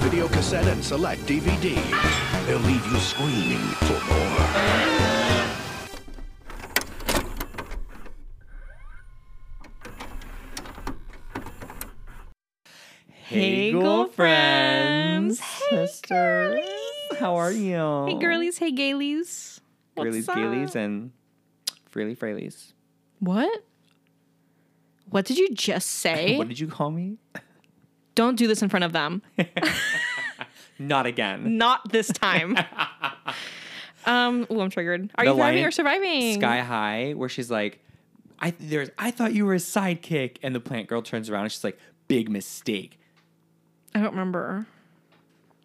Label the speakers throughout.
Speaker 1: video cassette and select DVD. They'll leave you screaming for more.
Speaker 2: Hagel friends.
Speaker 3: sisters. How are you?
Speaker 2: Hey, girlies. Hey, gaylies. What's
Speaker 3: Girlies,
Speaker 2: up?
Speaker 3: gailies, and frilly frailies.
Speaker 2: What? What did you just say?
Speaker 3: What did you call me?
Speaker 2: Don't do this in front of them.
Speaker 3: Not again.
Speaker 2: Not this time. um. Ooh, I'm triggered. Are
Speaker 3: The
Speaker 2: you thriving
Speaker 3: line-
Speaker 2: or surviving?
Speaker 3: Sky High, where she's like, I there's I thought you were a sidekick, and the plant girl turns around and she's like, big mistake.
Speaker 2: I don't remember.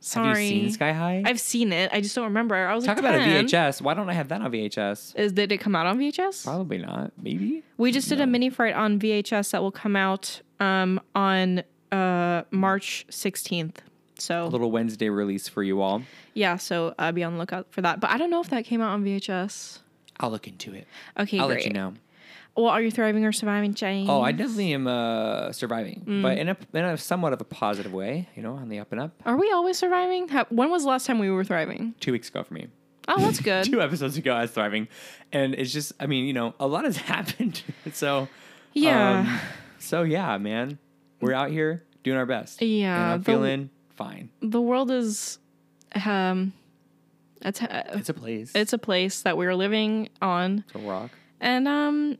Speaker 2: Sorry.
Speaker 3: Have you seen Sky High?
Speaker 2: I've seen it. I just don't remember. I was
Speaker 3: Talk
Speaker 2: like,
Speaker 3: about a
Speaker 2: 10.
Speaker 3: VHS. Why don't I have that on VHS?
Speaker 2: Is did it come out on VHS?
Speaker 3: Probably not. Maybe.
Speaker 2: We just did a mini fright on VHS that will come out um, on uh, March 16th.
Speaker 3: A
Speaker 2: So
Speaker 3: little Wednesday release for you all.
Speaker 2: yeah, so uh, be on the lookout for that. But I don't know if that came out on VHS.
Speaker 3: I'll look into it.
Speaker 2: Okay,
Speaker 3: I'll
Speaker 2: great.
Speaker 3: let you know.
Speaker 2: Well, are you thriving or surviving, Jane?
Speaker 3: Oh, I definitely am uh, surviving,
Speaker 2: Mm.
Speaker 3: but in a, in a somewhat of a positive way, you know, on the up and up.
Speaker 2: Are we always surviving? Ha- When was the last time we were thriving?
Speaker 3: Two weeks ago for me.
Speaker 2: Oh, that's good.
Speaker 3: Two episodes ago, I was thriving. And it's just, I mean, you know, a lot has happened. so,
Speaker 2: yeah.
Speaker 3: um, so yeah, man, we're out here doing our best.
Speaker 2: Yeah,
Speaker 3: And I'm
Speaker 2: the-
Speaker 3: feeling fine.
Speaker 2: the world is um it's a, uh,
Speaker 3: It's a place.
Speaker 2: it's a place that we're living on
Speaker 3: It's a rock.
Speaker 2: and um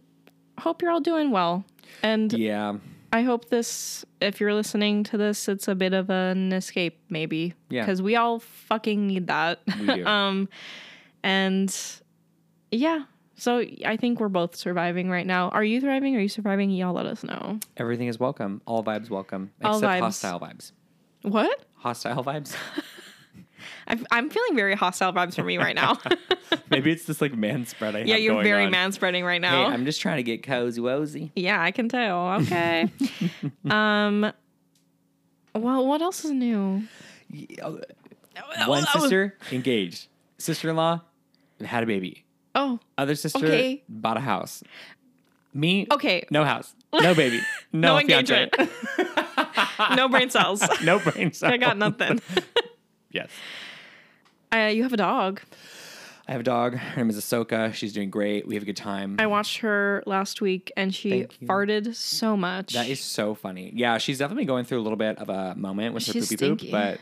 Speaker 2: hope you're all doing well. And
Speaker 3: Yeah.
Speaker 2: I hope this, if you're listening to this, it's a bit of an escape, maybe.
Speaker 3: Yeah.
Speaker 2: Because we all fucking need that.
Speaker 3: We do.
Speaker 2: um, and yeah. So I think we're both surviving right now. Are you thriving? Are you surviving? Y'all let us know.
Speaker 3: Everything is welcome. All vibes welcome.
Speaker 2: All
Speaker 3: except
Speaker 2: vibes.
Speaker 3: hostile vibes.
Speaker 2: What?
Speaker 3: Hostile vibes.
Speaker 2: I've, I'm feeling very hostile vibes for me right now.
Speaker 3: Maybe it's this like man spread I
Speaker 2: yeah,
Speaker 3: have
Speaker 2: you're
Speaker 3: going
Speaker 2: very
Speaker 3: on.
Speaker 2: man spreading right
Speaker 3: Hey,
Speaker 2: now.
Speaker 3: I'm just trying to get cozy wozy.
Speaker 2: yeah, I can tell. Okay. um. Well, what else is new? Oh,
Speaker 3: One uh, sister engaged. Sister in law had a baby.
Speaker 2: Oh,
Speaker 3: Other sister
Speaker 2: Okay.
Speaker 3: bought a house. Me
Speaker 2: Okay.
Speaker 3: No house. No baby. No,
Speaker 2: No
Speaker 3: engagement.
Speaker 2: no brain cells.
Speaker 3: no brain cells.
Speaker 2: I got nothing.
Speaker 3: Yes.
Speaker 2: Uh, you have a dog.
Speaker 3: I have a dog. Her name is Ahsoka. She's doing great. We have a good time.
Speaker 2: I watched her last week and she
Speaker 3: Thank you.
Speaker 2: farted so much.
Speaker 3: that is so funny. Yeah, she's definitely going through a little bit of a moment with
Speaker 2: She's
Speaker 3: her poopy poop,
Speaker 2: stinky.
Speaker 3: but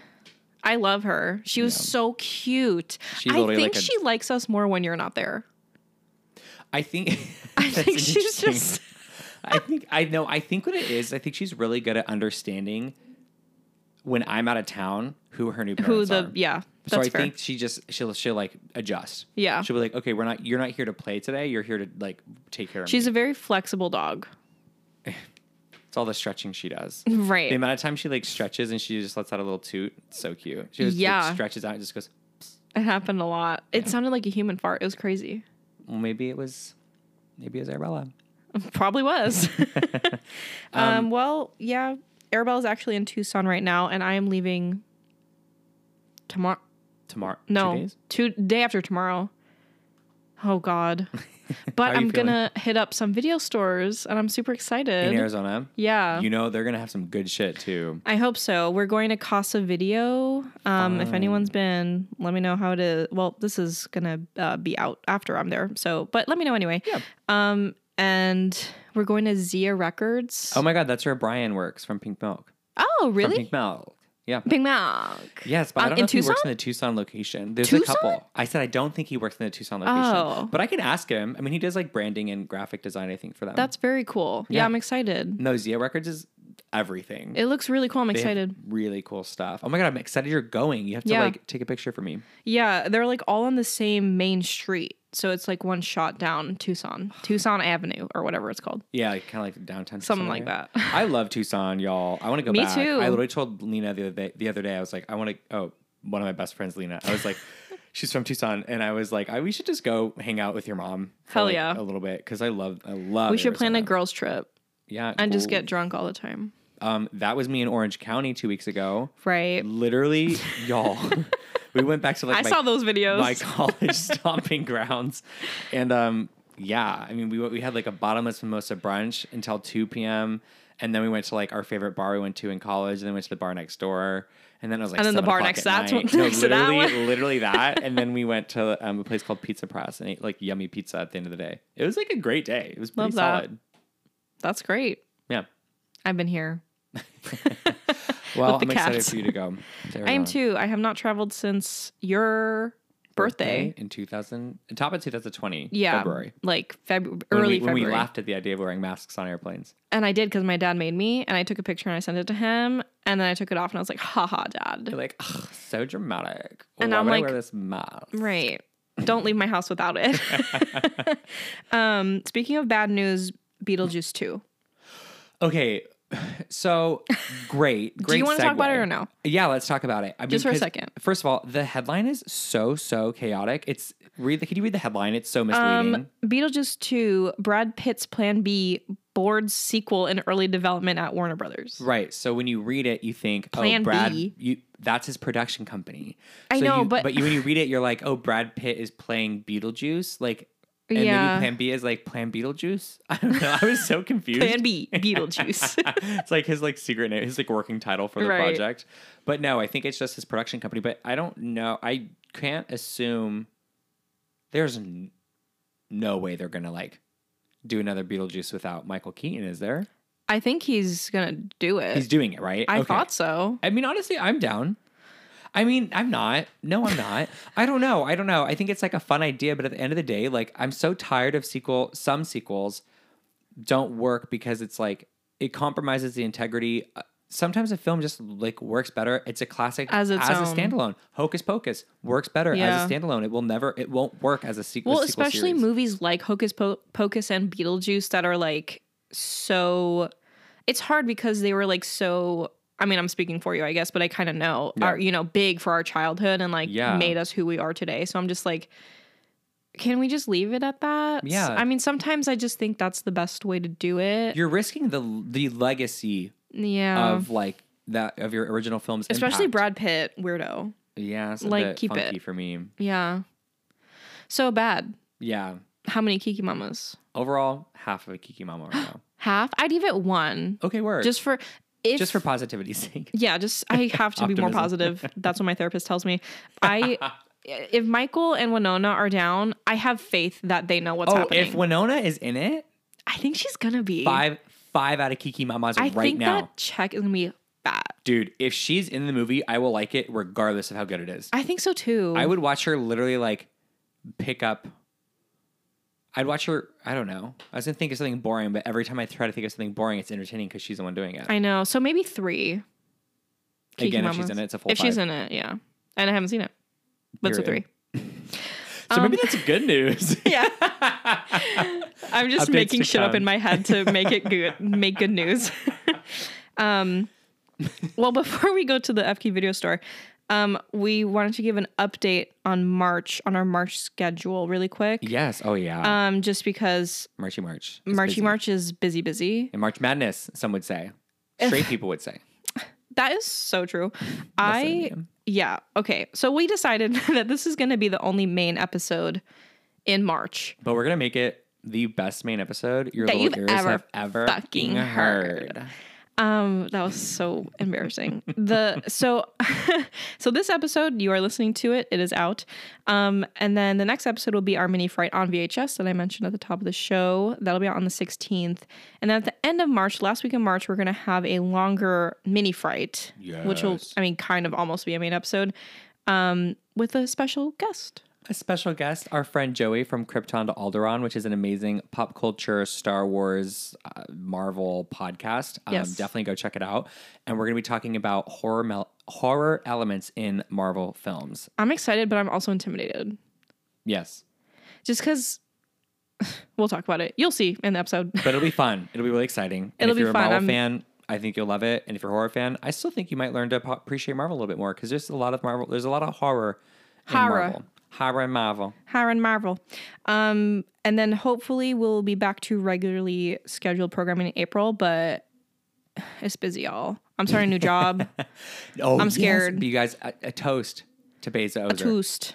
Speaker 2: I love her. She was so cute.
Speaker 3: She's
Speaker 2: I
Speaker 3: literally
Speaker 2: think
Speaker 3: like a-
Speaker 2: she likes us more when you're not there.
Speaker 3: I think
Speaker 2: I think she's just
Speaker 3: I think I know. I think what it is. I think she's really good at understanding when I'm out of town who her new
Speaker 2: who
Speaker 3: parents
Speaker 2: the
Speaker 3: are.
Speaker 2: yeah.
Speaker 3: So
Speaker 2: That's
Speaker 3: I
Speaker 2: fair.
Speaker 3: think she just she'll she'll like adjust.
Speaker 2: Yeah.
Speaker 3: She'll be like, okay, we're not you're not here to play today. You're here to like take care of
Speaker 2: She's
Speaker 3: me.
Speaker 2: a very flexible dog.
Speaker 3: It's all the stretching she does.
Speaker 2: Right.
Speaker 3: The amount of time she like stretches and she just lets out a little toot. It's so cute. She just like,
Speaker 2: Yeah.
Speaker 3: stretches out and just goes.
Speaker 2: It happened a lot. It sounded like a human fart. It was crazy.
Speaker 3: Well, maybe it was, maybe it was Arabella.
Speaker 2: Probably was. um, well, yeah. Arabelle is actually in Tucson right now, and I am leaving tomorrow.
Speaker 3: Tomorrow. two
Speaker 2: No,
Speaker 3: days?
Speaker 2: two day after tomorrow. Oh God!
Speaker 3: How
Speaker 2: But
Speaker 3: are you
Speaker 2: I'm gonna hit up some video stores, and I'm super excited.
Speaker 3: in Arizona.
Speaker 2: Yeah,
Speaker 3: You know they're gonna have some good shit too.
Speaker 2: I hope so. We're going to Casa Video. Um, if anyone's been, let me know how it is. Well, this is gonna uh, be out after I'm there, so but let me know anyway. Yeah. Um, and we're going to Zia Records.
Speaker 3: Oh my god, that's where Brian works from Pink Milk.
Speaker 2: oh,
Speaker 3: From
Speaker 2: really?
Speaker 3: Pink Milk. Yeah.
Speaker 2: Bing Mac.
Speaker 3: Yes, but
Speaker 2: Um,
Speaker 3: I don't
Speaker 2: in
Speaker 3: know if he works
Speaker 2: Tucson?
Speaker 3: in the Tucson location. There's a
Speaker 2: Tucson?
Speaker 3: couple. I said I don't think he works in the Tucson location.
Speaker 2: Oh.
Speaker 3: But I can ask him. I mean, he does like branding and graphic design, I think, for them.
Speaker 2: That's very cool. Yeah,
Speaker 3: Yeah.
Speaker 2: I'm excited.
Speaker 3: no Zia Records is everything.
Speaker 2: It looks really cool. I'm
Speaker 3: They have
Speaker 2: excited.
Speaker 3: Really cool stuff. Oh my god, I'm excited you're going. You have to
Speaker 2: Yeah.
Speaker 3: like take a picture for me.
Speaker 2: Yeah, they're like all on the same main street. So it's like one shot down Tucson, Tucson Avenue or whatever it's called.
Speaker 3: Yeah, kind of like downtown.
Speaker 2: Something
Speaker 3: Tucson
Speaker 2: like
Speaker 3: area.
Speaker 2: that.
Speaker 3: I love Tucson, y'all. I want to go
Speaker 2: Me
Speaker 3: back.
Speaker 2: too.
Speaker 3: I literally told Lena the other day. The other day, I was like, I want to. Oh, one of my best friends, Lena. I was like, she's from Tucson, and I was like, I, we should just go hang out with your mom. for,
Speaker 2: Hell
Speaker 3: like,
Speaker 2: yeah.
Speaker 3: a little bit because I love. I love.
Speaker 2: We should plan a
Speaker 3: Arizona.
Speaker 2: girls' trip
Speaker 3: Yeah,
Speaker 2: and just
Speaker 3: ooh.
Speaker 2: get drunk all the time.
Speaker 3: Um, that was me in Orange County two weeks ago.
Speaker 2: Right.
Speaker 3: Literally, y'all. we went back to like
Speaker 2: I
Speaker 3: my
Speaker 2: saw those videos.
Speaker 3: my college stomping grounds. And um, yeah, I mean, we we had like a bottomless mimosa brunch until 2 p.m. And then we went to like our favorite bar we went to in college, and then went to the bar next door. And then it was like
Speaker 2: And then the
Speaker 3: seven
Speaker 2: bar
Speaker 3: o'clock
Speaker 2: next
Speaker 3: at
Speaker 2: to that
Speaker 3: night.
Speaker 2: one- next to that
Speaker 3: literally,
Speaker 2: one.
Speaker 3: literally that. And then we went to um, a place called Pizza Press and ate like yummy pizza at the end of the day. It was like a great day. It was pretty
Speaker 2: Love that.
Speaker 3: solid.
Speaker 2: That's great.
Speaker 3: Yeah.
Speaker 2: I've been here.
Speaker 3: Well,
Speaker 2: With the
Speaker 3: I'm excited
Speaker 2: cats.
Speaker 3: for you to go. to
Speaker 2: I am
Speaker 3: Arizona.
Speaker 2: too. I have not traveled since your birthday.
Speaker 3: in 2000, top of 2020,
Speaker 2: Yeah.
Speaker 3: February.
Speaker 2: Like February,
Speaker 3: When
Speaker 2: early
Speaker 3: we, when we
Speaker 2: February.
Speaker 3: laughed at the idea of wearing masks on airplanes.
Speaker 2: And I did because my dad made me, and I took a picture and I sent it to him, and then I took it off and I was like, haha, dad.
Speaker 3: You're like, "Ugh, so dramatic.
Speaker 2: And
Speaker 3: Why
Speaker 2: I'm
Speaker 3: would I
Speaker 2: like-
Speaker 3: wear this mask?
Speaker 2: Right. Don't leave my house without it. um, speaking of bad news, Beetlejuice 2.
Speaker 3: Okay, so great, great.
Speaker 2: Do you want to talk about it
Speaker 3: segue.
Speaker 2: or no?
Speaker 3: Yeah, let's talk about it. I mean,
Speaker 2: Just for a
Speaker 3: 'cause-
Speaker 2: second.
Speaker 3: First of all, the headline is so so chaotic. It's read. Can you read the headline? It's so misleading.
Speaker 2: Um, Beetlejuice 2, Brad Pitt's Plan B, board's sequel in early development at Warner Brothers.
Speaker 3: Right. So when you read it, you think,
Speaker 2: Plan
Speaker 3: oh, Brad,
Speaker 2: B.
Speaker 3: you that's his production company.
Speaker 2: I
Speaker 3: So
Speaker 2: know,
Speaker 3: you-
Speaker 2: but-
Speaker 3: you, when you read it, you're like, oh, Brad Pitt is playing Beetlejuice, like. And
Speaker 2: Yeah.
Speaker 3: maybe Plan B is like Plan Beetlejuice. I don't know. I was so confused.
Speaker 2: Plan B, Beetlejuice.
Speaker 3: it's like his like secret name, his like working title for the
Speaker 2: Right.
Speaker 3: project. But no, I think it's just his production company. But I don't know. I can't assume. There's n- no way they're gonna like do another Beetlejuice without Michael Keaton, is there?
Speaker 2: I think he's going to do it.
Speaker 3: He's doing it, right?
Speaker 2: Uh, I
Speaker 3: Okay.
Speaker 2: thought so.
Speaker 3: I mean, honestly, I'm down. I mean, I'm not. No, I'm not. I don't know. I don't know. I think it's like a fun idea, but at the end of the day, like I'm so tired of sequel. Some sequels don't work because it's like it compromises the integrity. Uh, Sometimes a film just like works better. It's a classic
Speaker 2: As its
Speaker 3: a
Speaker 2: own.
Speaker 3: standalone. Hocus Pocus works better
Speaker 2: Yeah.
Speaker 3: as a standalone. It will never. It won't work as a sequel.
Speaker 2: Well,
Speaker 3: sequel
Speaker 2: especially
Speaker 3: series.
Speaker 2: movies like Hocus po- Pocus and Beetlejuice that are like so. It's hard because they were like so. I mean, I'm speaking for you, I guess, but I kind of know
Speaker 3: Yeah.
Speaker 2: are you know big for our childhood and like
Speaker 3: Yeah.
Speaker 2: made us who we are today. So I'm just like, can we just leave it at that?
Speaker 3: Yeah.
Speaker 2: I mean, sometimes I just think that's the best way to do it.
Speaker 3: You're risking the the legacy
Speaker 2: yeah.
Speaker 3: of like that of your original films,
Speaker 2: especially
Speaker 3: impact.
Speaker 2: Brad Pitt, weirdo.
Speaker 3: Yeah, it's a
Speaker 2: like,
Speaker 3: bit
Speaker 2: keep it.
Speaker 3: funky for me.
Speaker 2: Yeah. So bad.
Speaker 3: Yeah.
Speaker 2: How many Kiki Mamas?
Speaker 3: Overall, half of a Kiki Mama right now.
Speaker 2: Half? I'd give it one.
Speaker 3: Okay, word.
Speaker 2: Just for if
Speaker 3: just for positivity's sake.
Speaker 2: Yeah, just I have to be more
Speaker 3: Optimism.
Speaker 2: positive. That's what my therapist tells me. I if Michael and Winona are down, I have faith that they know what's
Speaker 3: Oh,
Speaker 2: happening.
Speaker 3: if Winona is in it,
Speaker 2: I think she's gonna be.
Speaker 3: five five out of Kiki Mamas
Speaker 2: I
Speaker 3: right
Speaker 2: think
Speaker 3: now.
Speaker 2: that check is gonna be fat.
Speaker 3: Dude, if she's in the movie, I will like it regardless of how good it is.
Speaker 2: I think so too.
Speaker 3: I would watch her literally like pick up. I'd watch her. I don't know. I was gonna think of something boring, but every time I try to think of something boring, it's entertaining because she's the one doing it.
Speaker 2: I know. So maybe three. Kiki
Speaker 3: Again, if she's
Speaker 2: Mamas.
Speaker 3: in it, it's a full
Speaker 2: If she's
Speaker 3: five.
Speaker 2: in it, yeah. And I haven't seen it. But it's a
Speaker 3: Period.
Speaker 2: three.
Speaker 3: so maybe that's good news.
Speaker 2: Um, Yeah. I'm just
Speaker 3: Updates
Speaker 2: making
Speaker 3: to
Speaker 2: shit up
Speaker 3: come.
Speaker 2: in my head to make it good, make good news. um, well, before we go to the FK video store, um, we wanted to give an update on March on our March schedule really quick.
Speaker 3: yes. Oh yeah.
Speaker 2: Um, just because
Speaker 3: Marchy March. is
Speaker 2: Marchy
Speaker 3: busy.
Speaker 2: March is busy, busy.
Speaker 3: And March Madness, some would say. Straight people would say.
Speaker 2: That is so true. I
Speaker 3: medium.
Speaker 2: yeah okay. So we decided that this is going to be the only main episode in March.
Speaker 3: But we're gonna make it the best main episode your
Speaker 2: That
Speaker 3: little
Speaker 2: you've
Speaker 3: ears
Speaker 2: ever
Speaker 3: have ever
Speaker 2: fucking heard. Um, that was so embarrassing. The so so this episode you are listening to it. It is out. Um, and then the next episode will be our mini fright on VHS that I mentioned at the top of the show. That'll be out on the sixteenth. And then at the end of March, last week in March, we're gonna have a longer mini fright, which will
Speaker 3: Yes.
Speaker 2: I mean kind of almost be a main episode, um, with a special guest.
Speaker 3: A special guest, our friend Joey from Krypton to Alderaan, which is an amazing pop culture, Star Wars, uh, Marvel podcast. Um,
Speaker 2: Yes.
Speaker 3: Definitely go check it out. And we're gonna be talking about horror mel- horror elements in Marvel films.
Speaker 2: I'm excited, but I'm also intimidated.
Speaker 3: Yes,
Speaker 2: Just because we'll talk about it. You'll see in the episode.
Speaker 3: but it'll be fun. It'll be really exciting. And
Speaker 2: It'll
Speaker 3: if
Speaker 2: be
Speaker 3: you're
Speaker 2: fun.
Speaker 3: a Marvel
Speaker 2: I'm-
Speaker 3: fan, I think you'll love it. And if you're a horror fan, I still think you might learn to po- appreciate Marvel a little bit more because there's a lot of Marvel. There's a lot of horror. in
Speaker 2: Horror.
Speaker 3: Marvel. Horror and Marvel.
Speaker 2: Hiron Marvel. Um, and then hopefully we'll be back to regularly scheduled programming in April, but it's busy, y'all. I'm starting a new job.
Speaker 3: Oh,
Speaker 2: I'm
Speaker 3: yes.
Speaker 2: scared.
Speaker 3: But you guys, a, a toast to Bezos.
Speaker 2: Toost.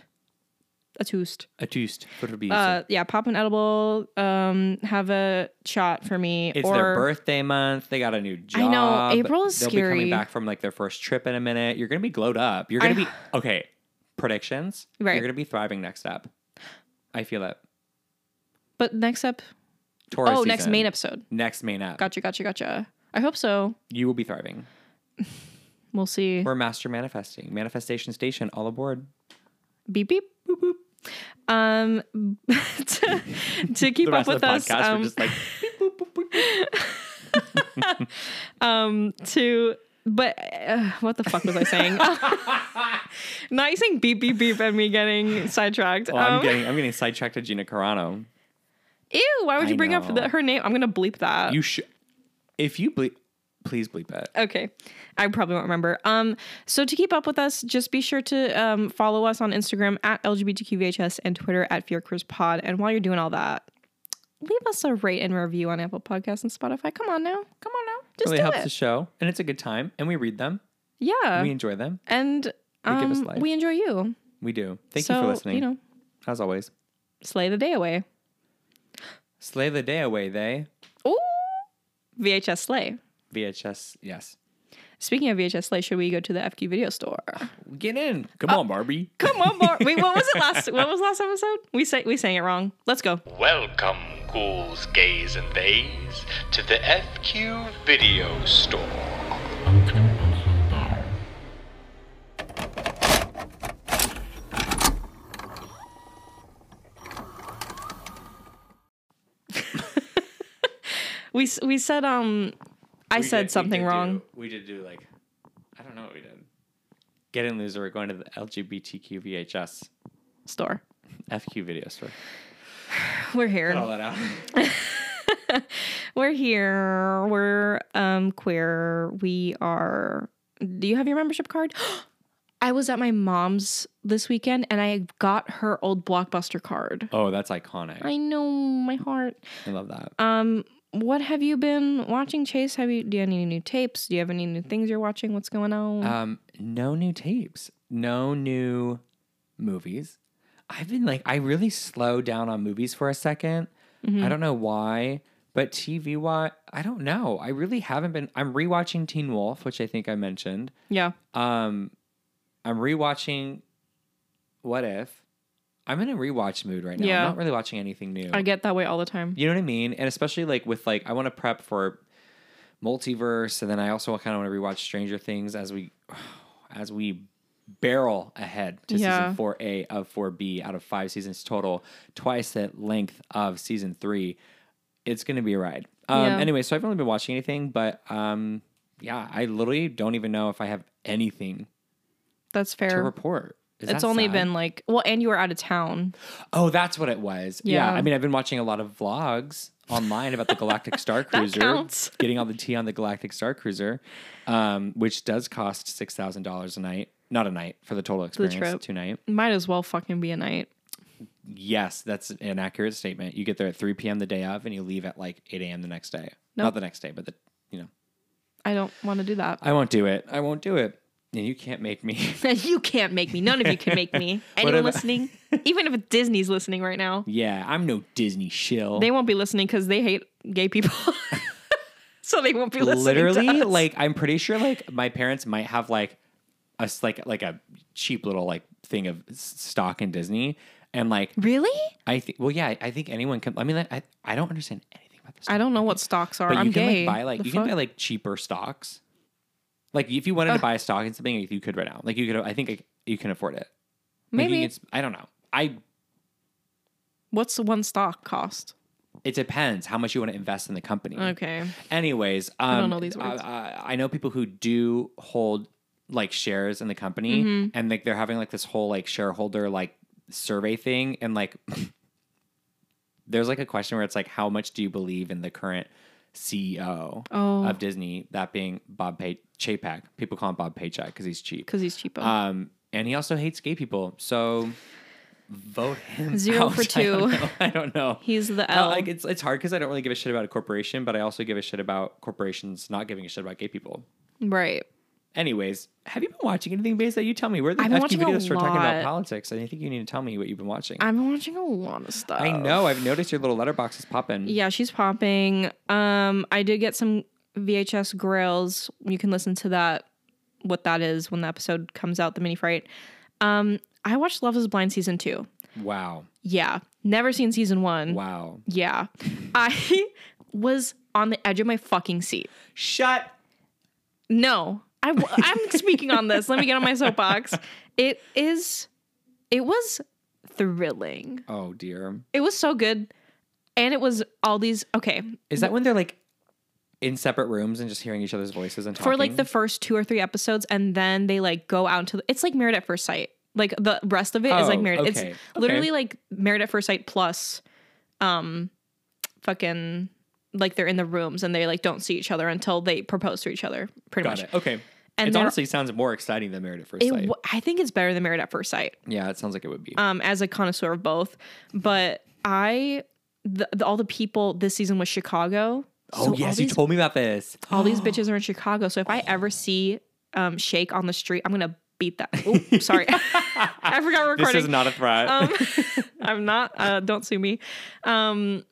Speaker 2: a toast.
Speaker 3: A toast for Beeson.
Speaker 2: Uh, yeah, pop an edible. Um, have a shot for me.
Speaker 3: it's
Speaker 2: or
Speaker 3: their birthday month. They got a new job.
Speaker 2: I know, April is
Speaker 3: They'll be
Speaker 2: scary.
Speaker 3: coming back from like their first trip in a minute. You're gonna be glowed up. You're gonna
Speaker 2: I-
Speaker 3: be okay. Predictions.
Speaker 2: Right.
Speaker 3: You're gonna be thriving next up. I feel it.
Speaker 2: But next up,
Speaker 3: Taurus.
Speaker 2: oh, next
Speaker 3: season.
Speaker 2: main episode.
Speaker 3: Next main up.
Speaker 2: Gotcha, gotcha, gotcha. I hope so.
Speaker 3: You will be thriving.
Speaker 2: We'll see.
Speaker 3: We're master manifesting. Manifestation station. All aboard.
Speaker 2: beep beep boop boop. Um, to, to keep
Speaker 3: The
Speaker 2: up
Speaker 3: rest
Speaker 2: with
Speaker 3: of the
Speaker 2: us,
Speaker 3: podcast,
Speaker 2: um,
Speaker 3: we're just like
Speaker 2: to but uh, what the fuck was I saying? Not you saying beep beep beep and me getting sidetracked.
Speaker 3: well, oh, I'm
Speaker 2: Um,
Speaker 3: getting I'm getting sidetracked to Gina Carano.
Speaker 2: ew, why would you
Speaker 3: I
Speaker 2: bring up
Speaker 3: know.
Speaker 2: the, her name? I'm gonna bleep that.
Speaker 3: You should. If you bleep, please bleep it.
Speaker 2: Okay. I probably won't remember. Um, so to keep up with us, just be sure to um, follow us on Instagram at LGBTQVHS and Twitter at FearCruisePod. And while you're doing all that, leave us a rate and review on Apple Podcasts and Spotify. Come on now. Come on now. Just
Speaker 3: really
Speaker 2: do
Speaker 3: helps
Speaker 2: it.
Speaker 3: the show, and it's a good time. And we read them.
Speaker 2: yeah.
Speaker 3: we enjoy them.
Speaker 2: and
Speaker 3: give us
Speaker 2: um,
Speaker 3: life.
Speaker 2: we enjoy you.
Speaker 3: We do. Thank
Speaker 2: so,
Speaker 3: you for listening.
Speaker 2: You know,
Speaker 3: As always,
Speaker 2: slay the day away.
Speaker 3: slay the day away. They
Speaker 2: Ooh. VHS slay.
Speaker 3: VHS. Yes,
Speaker 2: Speaking of VHS slay, should we go to the FQ video store?
Speaker 3: get in. Come
Speaker 2: Uh,
Speaker 3: on, Barbie.
Speaker 2: Come on, Bar. Wait, what was it last? What was last episode? We say we sang it wrong. Let's go.
Speaker 4: Welcome, ghouls, gays, and theys, to the FQ Video Store.
Speaker 2: We s- we said um, I
Speaker 3: We did-
Speaker 2: said
Speaker 3: we
Speaker 2: something
Speaker 3: did
Speaker 2: wrong.
Speaker 3: do- we did do like, I don't know what we did. Get in, loser. We're going to the LGBTQ VHS
Speaker 2: Store.
Speaker 3: FQ video store.
Speaker 2: We're
Speaker 3: Cut all
Speaker 2: here.
Speaker 3: that out.
Speaker 2: We're here. We're um queer. We are. Do you have your membership card? I was at my mom's this weekend and I got her old Blockbuster card.
Speaker 3: Oh, that's iconic.
Speaker 2: I know my heart.
Speaker 3: I love that.
Speaker 2: Um, what have you been watching, Chase? Have you? Do you have any new tapes? Do you have any new things you're watching? What's going on?
Speaker 3: Um, no new tapes, no new movies. I've been like, I really slowed down on movies for a 2nd
Speaker 2: Mm-hmm.
Speaker 3: I don't know why, but TV wise, I don't know. I really haven't been. I'm rewatching Teen Wolf, which I think I mentioned.
Speaker 2: yeah.
Speaker 3: Um, I'm rewatching What If. I'm in a rewatch mood right now.
Speaker 2: Yeah.
Speaker 3: I'm not really watching anything new.
Speaker 2: I get that way all the time.
Speaker 3: You know what I mean? And especially like with like I want to prep for multiverse and then I also kind of want to rewatch Stranger Things as we as we barrel ahead to
Speaker 2: Yeah.
Speaker 3: season 4A of 4B out of 5 seasons total, twice the length of season 3. It's going to be a ride. Um
Speaker 2: Yeah.
Speaker 3: anyway, so I've only been watching anything, but um yeah, I literally don't even know if I have anything
Speaker 2: That's
Speaker 3: to
Speaker 2: fair.
Speaker 3: report. Is
Speaker 2: It's
Speaker 3: that
Speaker 2: only
Speaker 3: sad?
Speaker 2: been like well, and you were out of town.
Speaker 3: Oh, that's what it was. Yeah.
Speaker 2: Yeah.
Speaker 3: I mean, I've been watching a lot of vlogs online about the Galactic Star Cruiser,
Speaker 2: counts.
Speaker 3: getting all the tea on the Galactic Star Cruiser, um, which does cost six thousand dollars a night. Not a night for the total experience.
Speaker 2: trip.
Speaker 3: Two night.
Speaker 2: Might as well fucking be a night.
Speaker 3: Yes, that's an accurate statement. You get there at three p.m. the day of, and you leave at like eight a.m. the next day. Not the next day, but the you know.
Speaker 2: I don't want to do that.
Speaker 3: I won't do it. I won't do it. And you can't make me.
Speaker 2: you can't make me. None of you can make me. Anyone
Speaker 3: Whatever.
Speaker 2: listening, even if Disney's listening right now,
Speaker 3: yeah, I'm no Disney shill.
Speaker 2: they won't be listening because they hate gay people. so they won't be listening.
Speaker 3: literally
Speaker 2: to us.
Speaker 3: like i'm pretty sure like my parents might have like a s- like like a cheap little like thing of s- stock in disney and like
Speaker 2: really?
Speaker 3: i think well yeah i think anyone can i mean like, i i don't understand anything about this
Speaker 2: I don't know what stocks are.
Speaker 3: but
Speaker 2: I'm
Speaker 3: you can
Speaker 2: gay.
Speaker 3: like buy like
Speaker 2: The
Speaker 3: you
Speaker 2: fuck?
Speaker 3: can buy like cheaper stocks like if you wanted to buy a stock in something like, you could right now like you could i think like, you can afford it Like, you
Speaker 2: Maybe.
Speaker 3: can s- i don't know i
Speaker 2: What's the one stock cost?
Speaker 3: it depends how much you want to invest in the company
Speaker 2: Okay.
Speaker 3: Anyways, um,
Speaker 2: don't know these words.
Speaker 3: I, I, I know people who do hold like shares in the company,
Speaker 2: Mm-hmm.
Speaker 3: and like they're having like this whole like shareholder like survey thing, and like there's like a question where it's like, how much do you believe in the current CEO
Speaker 2: Oh.
Speaker 3: of Disney? That being Bob Pay- Chapek. People call him Bob Paycheck because he's cheap.
Speaker 2: Because he's cheapo.
Speaker 3: Um, and he also hates gay people, so vote him
Speaker 2: Zero
Speaker 3: out.
Speaker 2: for
Speaker 3: I don't
Speaker 2: two.
Speaker 3: know. I don't know.
Speaker 2: he's the
Speaker 3: Uh,
Speaker 2: L.
Speaker 3: like it's it's hard because I don't really give a shit about a corporation, but I also give a shit about corporations not giving a shit about gay people.
Speaker 2: right.
Speaker 3: Anyways, have you been watching anything based that you tell me? We're the
Speaker 2: I've been
Speaker 3: FQ
Speaker 2: watching a
Speaker 3: videos for talking about
Speaker 2: lot.
Speaker 3: politics, and I think you need to tell me what you've been watching. i
Speaker 2: I've been watching a lot of stuff.
Speaker 3: know. I've noticed your little letterbox is popping.
Speaker 2: Oh. Yeah, she's popping. Um, I did get some VHS grills. You can listen to that, what that is when the episode comes out, the mini fright. Um, I watched Love is Blind season two.
Speaker 3: Wow.
Speaker 2: Yeah. Never seen season one.
Speaker 3: Wow.
Speaker 2: Yeah. I was on the edge of my fucking seat.
Speaker 3: Shut.
Speaker 2: No, I, am speaking on this. Let me get on my soapbox. It is, it was thrilling.
Speaker 3: Oh dear.
Speaker 2: It was so good. And it was all these, okay,
Speaker 3: Is that when they're like in separate rooms and just hearing each other's voices and talking?
Speaker 2: for like the first two or three episodes. And then they like go out into, it's like Married at First Sight. Like the rest of it is like
Speaker 3: Oh,
Speaker 2: Married. It's
Speaker 3: okay, okay.
Speaker 2: literally like Married at First Sight plus, um, fucking like they're in the rooms and they like don't see each other until they propose to each other pretty
Speaker 3: Got
Speaker 2: much.
Speaker 3: it. Okay.
Speaker 2: And
Speaker 3: it
Speaker 2: they're-
Speaker 3: honestly sounds more exciting than Married at First
Speaker 2: It,
Speaker 3: Sight.
Speaker 2: w- I think it's better than Married at First Sight.
Speaker 3: yeah, it sounds like it would be.
Speaker 2: um, as a connoisseur of both. But I, the, the, all the people this season was Chicago. So
Speaker 3: oh yes,
Speaker 2: all
Speaker 3: you
Speaker 2: these,
Speaker 3: told me about this.
Speaker 2: all these bitches are in Chicago. So if I ever see um, Shake on the street, I'm gonna beat that. Oh, sorry, I forgot we're
Speaker 3: This
Speaker 2: recording.
Speaker 3: is not a threat.
Speaker 2: um, I'm not. Uh, don't sue me. Um,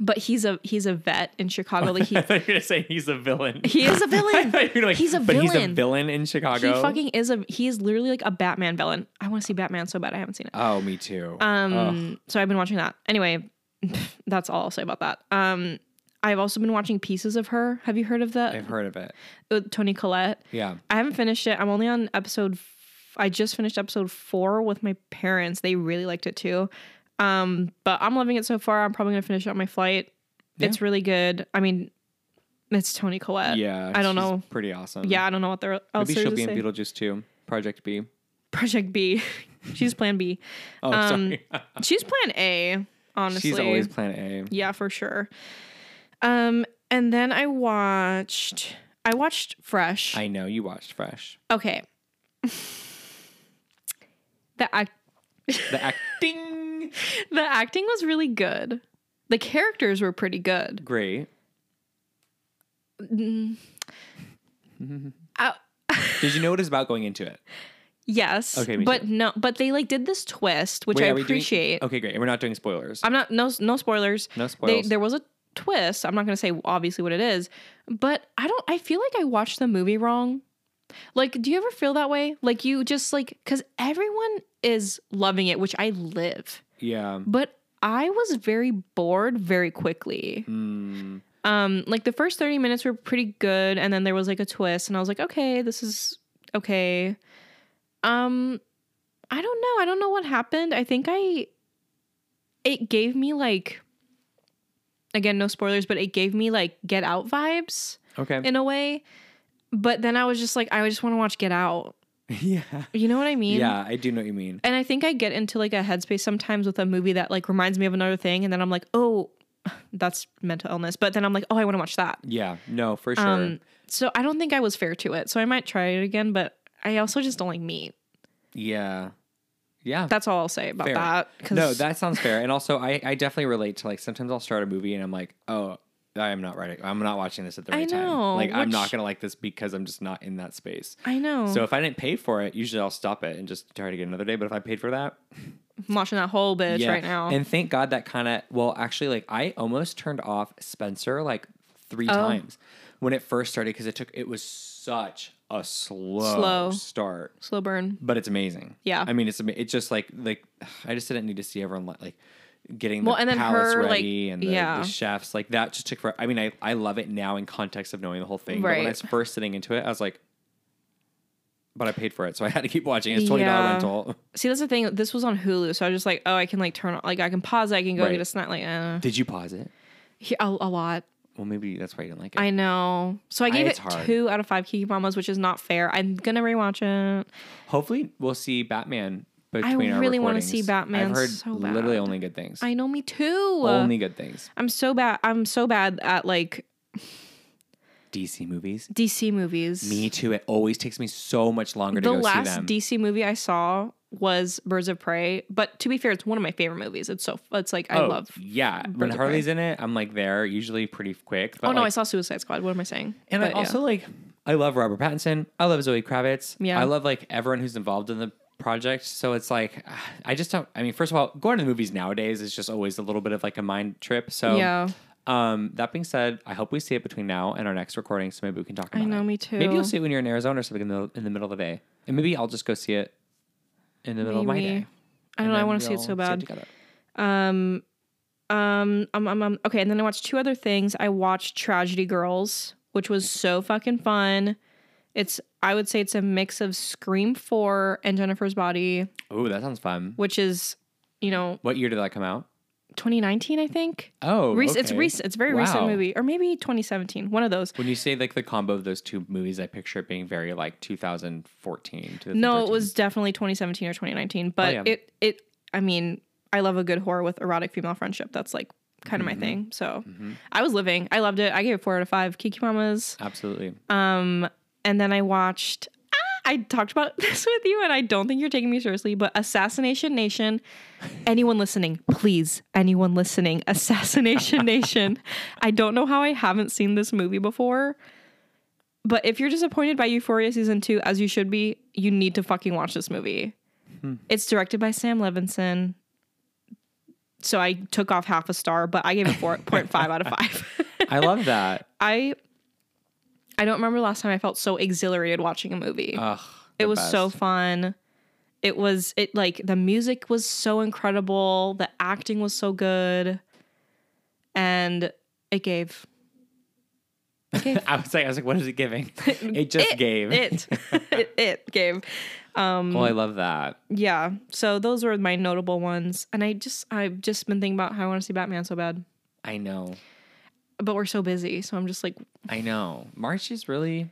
Speaker 2: but he's a he's a vet in Chicago. Like he
Speaker 3: I thought you were gonna say he's a villain.
Speaker 2: he is a
Speaker 3: I
Speaker 2: villain.
Speaker 3: thought you were like,
Speaker 2: he's a
Speaker 3: but
Speaker 2: villain.
Speaker 3: he's a villain in Chicago.
Speaker 2: He fucking is a he is literally like a Batman villain. I want to see Batman so bad. I haven't seen it.
Speaker 3: oh, me too.
Speaker 2: Um, so I've been watching that. Anyway, that's all I'll say about that. Um, I've also been watching pieces of her. Have you heard of that?
Speaker 3: I've heard of it.
Speaker 2: With Tony Collette.
Speaker 3: Yeah.
Speaker 2: I haven't finished it. I'm only on episode. F- I just finished episode four with my parents. They really liked it too. Um, but I'm loving it so far. I'm probably gonna finish it on my flight. It's really good. I mean, it's Tony Collette.
Speaker 3: Yeah.
Speaker 2: uh, I don't
Speaker 3: she's
Speaker 2: know.
Speaker 3: Pretty awesome.
Speaker 2: Yeah, I don't know what they're else
Speaker 3: Maybe
Speaker 2: there
Speaker 3: she'll
Speaker 2: to
Speaker 3: be in
Speaker 2: say.
Speaker 3: Beetlejuice too. Project B.
Speaker 2: Project B. She's Plan B.
Speaker 3: Oh,
Speaker 2: Um,
Speaker 3: sorry.
Speaker 2: She's Plan A. Honestly,
Speaker 3: She's always Planet A.
Speaker 2: Yeah, for sure. Um, and then I watched I watched Fresh.
Speaker 3: I know you watched Fresh.
Speaker 2: okay. the act
Speaker 3: The acting.
Speaker 2: the acting was really good. The characters were pretty good.
Speaker 3: Great.
Speaker 2: I-
Speaker 3: Did you know what it's about going into it?
Speaker 2: yes.
Speaker 3: Okay, me
Speaker 2: but
Speaker 3: too.
Speaker 2: no but they like did this twist, which
Speaker 3: Wait,
Speaker 2: I
Speaker 3: are we doing-
Speaker 2: appreciate.
Speaker 3: okay, great. And we're not doing spoilers.
Speaker 2: I'm not no no spoilers.
Speaker 3: No
Speaker 2: They,
Speaker 3: spoils.
Speaker 2: there was a twist. I'm not going to say obviously what it is, but I don't. I feel like I watched the movie wrong. Like, do you ever feel that way? Like you just like because everyone is loving it, which I live,
Speaker 3: yeah.
Speaker 2: but I was very bored very quickly.
Speaker 3: Mm,
Speaker 2: Um, like the first 30 minutes were pretty good, and then there was like a twist, and I was like, okay, this is okay. Um, I don't know. I don't know what happened. I think I it gave me like again, no spoilers, but it gave me like get out vibes
Speaker 3: okay.
Speaker 2: in a way. But then I was just like, I just want to watch Get Out.
Speaker 3: yeah.
Speaker 2: You know what I mean?
Speaker 3: Yeah, I do know what you mean.
Speaker 2: And I think I get into like a headspace sometimes with a movie that like reminds me of another thing, and then I'm like, oh, that's mental illness. But then I'm like, oh, I want to watch that.
Speaker 3: Yeah. No, for sure.
Speaker 2: Um, so I don't think I was fair to it. So I might try it again, but I also just don't like meat.
Speaker 3: yeah. Yeah.
Speaker 2: That's all I'll say about
Speaker 3: Fair.
Speaker 2: that. 'cause-
Speaker 3: No, that sounds fair. And also, I, I definitely relate to like sometimes I'll start a movie and I'm like, oh, I am not ready. I'm not watching this at the
Speaker 2: I
Speaker 3: right
Speaker 2: know,
Speaker 3: time. Like, I'm not
Speaker 2: which-
Speaker 3: going to like this because I'm just not in that space.
Speaker 2: I know.
Speaker 3: So
Speaker 2: So
Speaker 3: if I didn't pay for it, usually I'll stop it and just try to get another day. But if I paid for that,
Speaker 2: I'm watching that whole bitch right now.
Speaker 3: And thank God that kind of well, actually, like I almost turned off Spencer like three
Speaker 2: Oh.
Speaker 3: times when it first started because it took it was such a slow,
Speaker 2: Slow.
Speaker 3: start,
Speaker 2: Slow burn.
Speaker 3: but it's amazing.
Speaker 2: Yeah.
Speaker 3: I mean, it's ama- it's just like like I just didn't need to see everyone like, like getting
Speaker 2: Well,
Speaker 3: the
Speaker 2: and then
Speaker 3: palace
Speaker 2: her, like,
Speaker 3: ready and the,
Speaker 2: yeah.
Speaker 3: the chefs like that just took for. I mean, I I love it now in context of knowing the whole thing. But when I
Speaker 2: Right.
Speaker 3: was first sitting into it, I was like. But I paid for it, so I had to keep watching. It's twenty dollar
Speaker 2: Yeah.
Speaker 3: rental.
Speaker 2: See, that's the thing. This was on Hulu, so I was just like, oh, I can like turn on, like I can pause, I can go
Speaker 3: Right.
Speaker 2: get a snack, like uh,
Speaker 3: Did you pause it?
Speaker 2: he- a, a lot.
Speaker 3: Well, maybe that's why you didn't like it.
Speaker 2: I know. So I gave
Speaker 3: it's
Speaker 2: it
Speaker 3: hard.
Speaker 2: two out of five Kiki Mamas, which is not fair. I'm gonna rewatch it.
Speaker 3: Hopefully, we'll see Batman between our
Speaker 2: really wanna
Speaker 3: recordings.
Speaker 2: see Batman
Speaker 3: I've heard
Speaker 2: so
Speaker 3: literally
Speaker 2: bad.
Speaker 3: only good things.
Speaker 2: I know me too.
Speaker 3: only good things.
Speaker 2: I'm so bad. I'm so bad at like
Speaker 3: DC movies.
Speaker 2: DC movies.
Speaker 3: Me too. It always takes me so much longer
Speaker 2: the
Speaker 3: to go see
Speaker 2: last
Speaker 3: them.
Speaker 2: DC movie I saw was Birds of Prey, but to be fair, it's one of my favorite movies. It's so it's like I
Speaker 3: Oh,
Speaker 2: love.
Speaker 3: Yeah, when
Speaker 2: of
Speaker 3: Harley's in it, I'm like there usually pretty quick. But
Speaker 2: Oh no,
Speaker 3: like-
Speaker 2: I saw Suicide Squad. What am I saying?
Speaker 3: And I
Speaker 2: But, yeah.
Speaker 3: also like I love Robert Pattinson. I love Zoe Kravitz.
Speaker 2: Yeah.
Speaker 3: I love like everyone who's involved in the project. So it's like ah, I just don't I mean, first of all, going to the movies nowadays is just always a little bit of like a mind trip. So
Speaker 2: Yeah.
Speaker 3: um that being said, I hope we see it between now and our next recording so maybe we can talk about it.
Speaker 2: know, me too.
Speaker 3: Maybe you'll see it when you're in Arizona or something in the in the middle of the day. And maybe I'll just go see it in the middle of my
Speaker 2: Maybe.
Speaker 3: day.
Speaker 2: I don't know. I want to see it so bad. um, um, um, um, okay, and then I watched two other things. I watched Tragedy Girls, which was so fucking fun. It's I would say it's a mix of Scream Four and Jennifer's Body,
Speaker 3: Oh, that sounds fun.
Speaker 2: which is, you know,
Speaker 3: What year did that come out?
Speaker 2: 2019, I think.
Speaker 3: Oh,
Speaker 2: Rec- It's
Speaker 3: okay.
Speaker 2: recent. It's a very recent
Speaker 3: Wow.
Speaker 2: movie, or maybe 2017. One of those.
Speaker 3: When you say like the combo of those two movies, I picture it being very like 2014. 2013.
Speaker 2: No, it was definitely 2017 or 2019. But
Speaker 3: yeah.
Speaker 2: it it I mean, I love a good horror with erotic female friendship. That's like kind of my thing. So
Speaker 3: Mm-hmm,
Speaker 2: I was living. I loved it. I gave it four out of five Kiki Mamas.
Speaker 3: absolutely.
Speaker 2: uh, And then I watched ah, I talked about this with you and I don't think you're taking me seriously, but Assassination Nation. Anyone listening, please, anyone listening, Assassination Nation. I don't know how I haven't seen this movie before. But if you're disappointed by Euphoria season two, as you should be, you need to fucking watch this movie. It's directed by Sam Levinson. So I took off half a star, but I gave it 4.5 out of 5.
Speaker 3: I love that.
Speaker 2: I I don't remember the last time I felt so exhilarated watching a movie.
Speaker 3: Ugh, Oh,
Speaker 2: it
Speaker 3: the
Speaker 2: was so
Speaker 3: best.
Speaker 2: fun. It was it like the music was so incredible, the acting was so good, and it gave
Speaker 3: I was like, I was like, what is it giving? It just
Speaker 2: it, um,
Speaker 3: gave.
Speaker 2: it it, it gave
Speaker 3: Well, I love that.
Speaker 2: yeah. So those were my notable ones, and I just I've just been thinking about how I want to see Batman so bad,
Speaker 3: I know.
Speaker 2: but we're so busy, so I'm just like
Speaker 3: I know. March is really,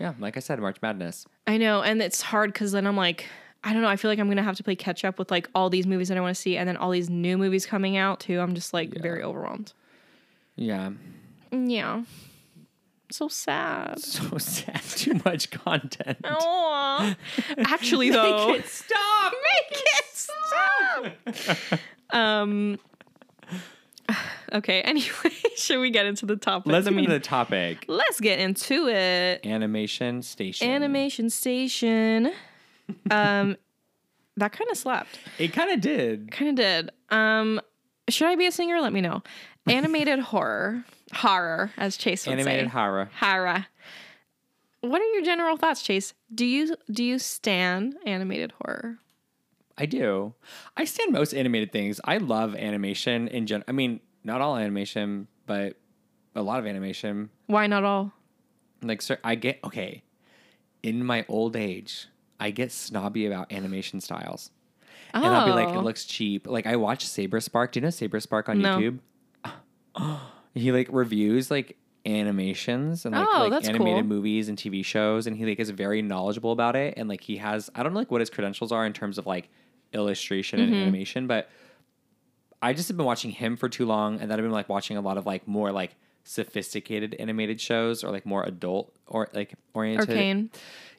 Speaker 3: yeah. Like I said, March Madness.
Speaker 2: I know, and it's hard because then I'm like, I don't know. I feel like I'm gonna have to play catch up with like all these movies that I want to see, and then all these new movies coming out too. I'm just like very overwhelmed. Mm,
Speaker 3: Yeah.
Speaker 2: Yeah, so sad.
Speaker 3: So sad. Too much content.
Speaker 2: Aw. Actually, though,
Speaker 3: Make it stop.
Speaker 2: make it stop. um. Okay. Anyway, should we get into the topic?
Speaker 3: Let's
Speaker 2: I
Speaker 3: get
Speaker 2: mean,
Speaker 3: into the topic.
Speaker 2: let's get into it.
Speaker 3: Animation Station.
Speaker 2: Animation Station. Um, that kind of slapped.
Speaker 3: It kind of did.
Speaker 2: Kind of did. Um, should I be a singer? Let me know. Animated horror, horror, as Chase would
Speaker 3: Animated
Speaker 2: say.
Speaker 3: horror.
Speaker 2: horror. What are your general thoughts, Chase? Do you do you stan animated horror?
Speaker 3: I do. I stand most animated things. I love animation in general. I mean, not all animation, but a lot of animation.
Speaker 2: Why not all?
Speaker 3: Like, sir, I get okay. In my old age, I get snobby about animation styles,
Speaker 2: Oh,
Speaker 3: and I'll be like, "It looks cheap." Like, I watch Saber Spark. Do you know Saber Spark on
Speaker 2: No.
Speaker 3: YouTube? he like reviews like animations and like,
Speaker 2: Oh,
Speaker 3: like
Speaker 2: that's
Speaker 3: animated
Speaker 2: cool.
Speaker 3: movies and TV shows and he like is very knowledgeable about it and like he has I don't know like what his credentials are in terms of like illustration
Speaker 2: Mm-hmm.
Speaker 3: and animation but I just have been watching him for too long and then I've been like watching a lot of like more like sophisticated animated shows or like more adult or like oriented
Speaker 2: arcane.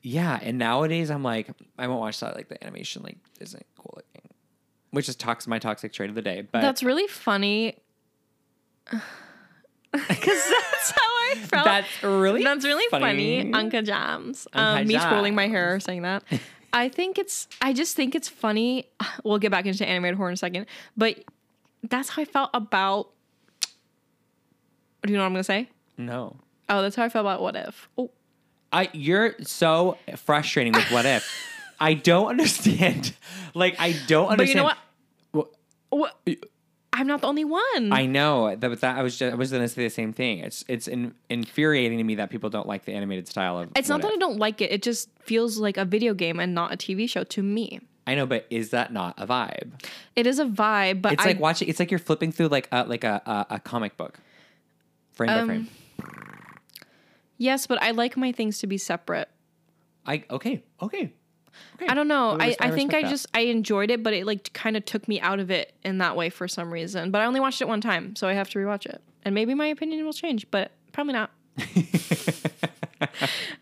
Speaker 3: yeah, and nowadays I'm like, I won't watch that. Like the animation, like isn't cool looking, which is tox my toxic trait of the day. But
Speaker 2: That's really funny. Because that's how I felt.
Speaker 3: That's really
Speaker 2: that's really
Speaker 3: funny.
Speaker 2: funny. Unca jams.
Speaker 3: Unca
Speaker 2: Um, me twirling my
Speaker 3: jams.
Speaker 2: hair, saying that. I think it's. I just think it's funny. We'll get back into animated horror in a second, but that's how I felt about. Do you know what I'm gonna say?
Speaker 3: no,
Speaker 2: Oh, that's how I felt about what if. Oh,
Speaker 3: I you're so frustrating with what if. I don't understand. Like I don't understand.
Speaker 2: but you know what?
Speaker 3: Well,
Speaker 2: What? I'm not the only one.
Speaker 3: I know that, but that I was just I was gonna say the same thing. It's it's in, infuriating to me that people don't like the animated style of.
Speaker 2: it's not that I don't like it. It just feels like a video game and not a TV show to me.
Speaker 3: I know, but is that not a vibe?
Speaker 2: It is a vibe, but
Speaker 3: It's
Speaker 2: I
Speaker 3: like watching. It's like you're flipping through like a like a a, a comic book, frame by
Speaker 2: Um,
Speaker 3: frame.
Speaker 2: Yes, but I like my things to be separate.
Speaker 3: I okay okay. okay.
Speaker 2: I don't know. I,
Speaker 3: res-
Speaker 2: I, think I
Speaker 3: respect that.
Speaker 2: just I enjoyed it, but it like kind of took me out of it in that way for some reason. But I only watched it one time, so I have to rewatch it. And maybe my opinion will change, but probably not.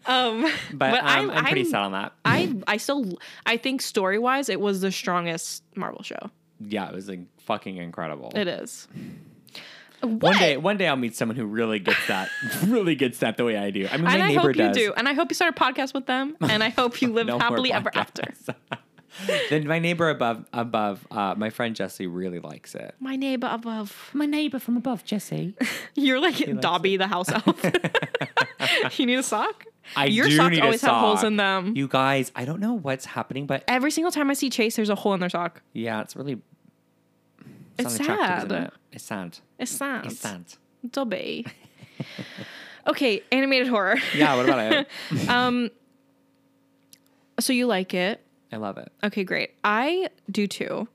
Speaker 2: um,
Speaker 3: But, um, I'm, pretty
Speaker 2: I'm-
Speaker 3: sad on that.
Speaker 2: I I still I think story wise, it was the strongest Marvel show.
Speaker 3: Yeah, it was like fucking incredible.
Speaker 2: It is.
Speaker 3: One day, one day I'll meet someone who really gets that, really gets that the way I do. I mean, my
Speaker 2: and I
Speaker 3: neighbor
Speaker 2: hope
Speaker 3: does.
Speaker 2: you do. And I hope you start a podcast with them. And I hope you live
Speaker 3: No more
Speaker 2: happily ever after.
Speaker 3: podcasts. then my neighbor above, above, uh, my friend Jesse really likes it.
Speaker 2: My neighbor above.
Speaker 3: My neighbor from above, Jesse.
Speaker 2: You're like Dobby the house elf. you need a sock?
Speaker 3: I
Speaker 2: Your
Speaker 3: do
Speaker 2: socks
Speaker 3: need a
Speaker 2: always have holes
Speaker 3: sock.
Speaker 2: in them.
Speaker 3: You guys, I don't know what's happening, but
Speaker 2: Every single time I see Chase, there's a hole in their sock.
Speaker 3: yeah, it's really.
Speaker 2: It's
Speaker 3: not attractive, isn't
Speaker 2: sad.
Speaker 3: it? It's sad.
Speaker 2: It's sad.
Speaker 3: It's sad.
Speaker 2: Dobby. okay, animated horror.
Speaker 3: Yeah. What about it?
Speaker 2: So you like it.
Speaker 3: I love it.
Speaker 2: Okay, great. I do too.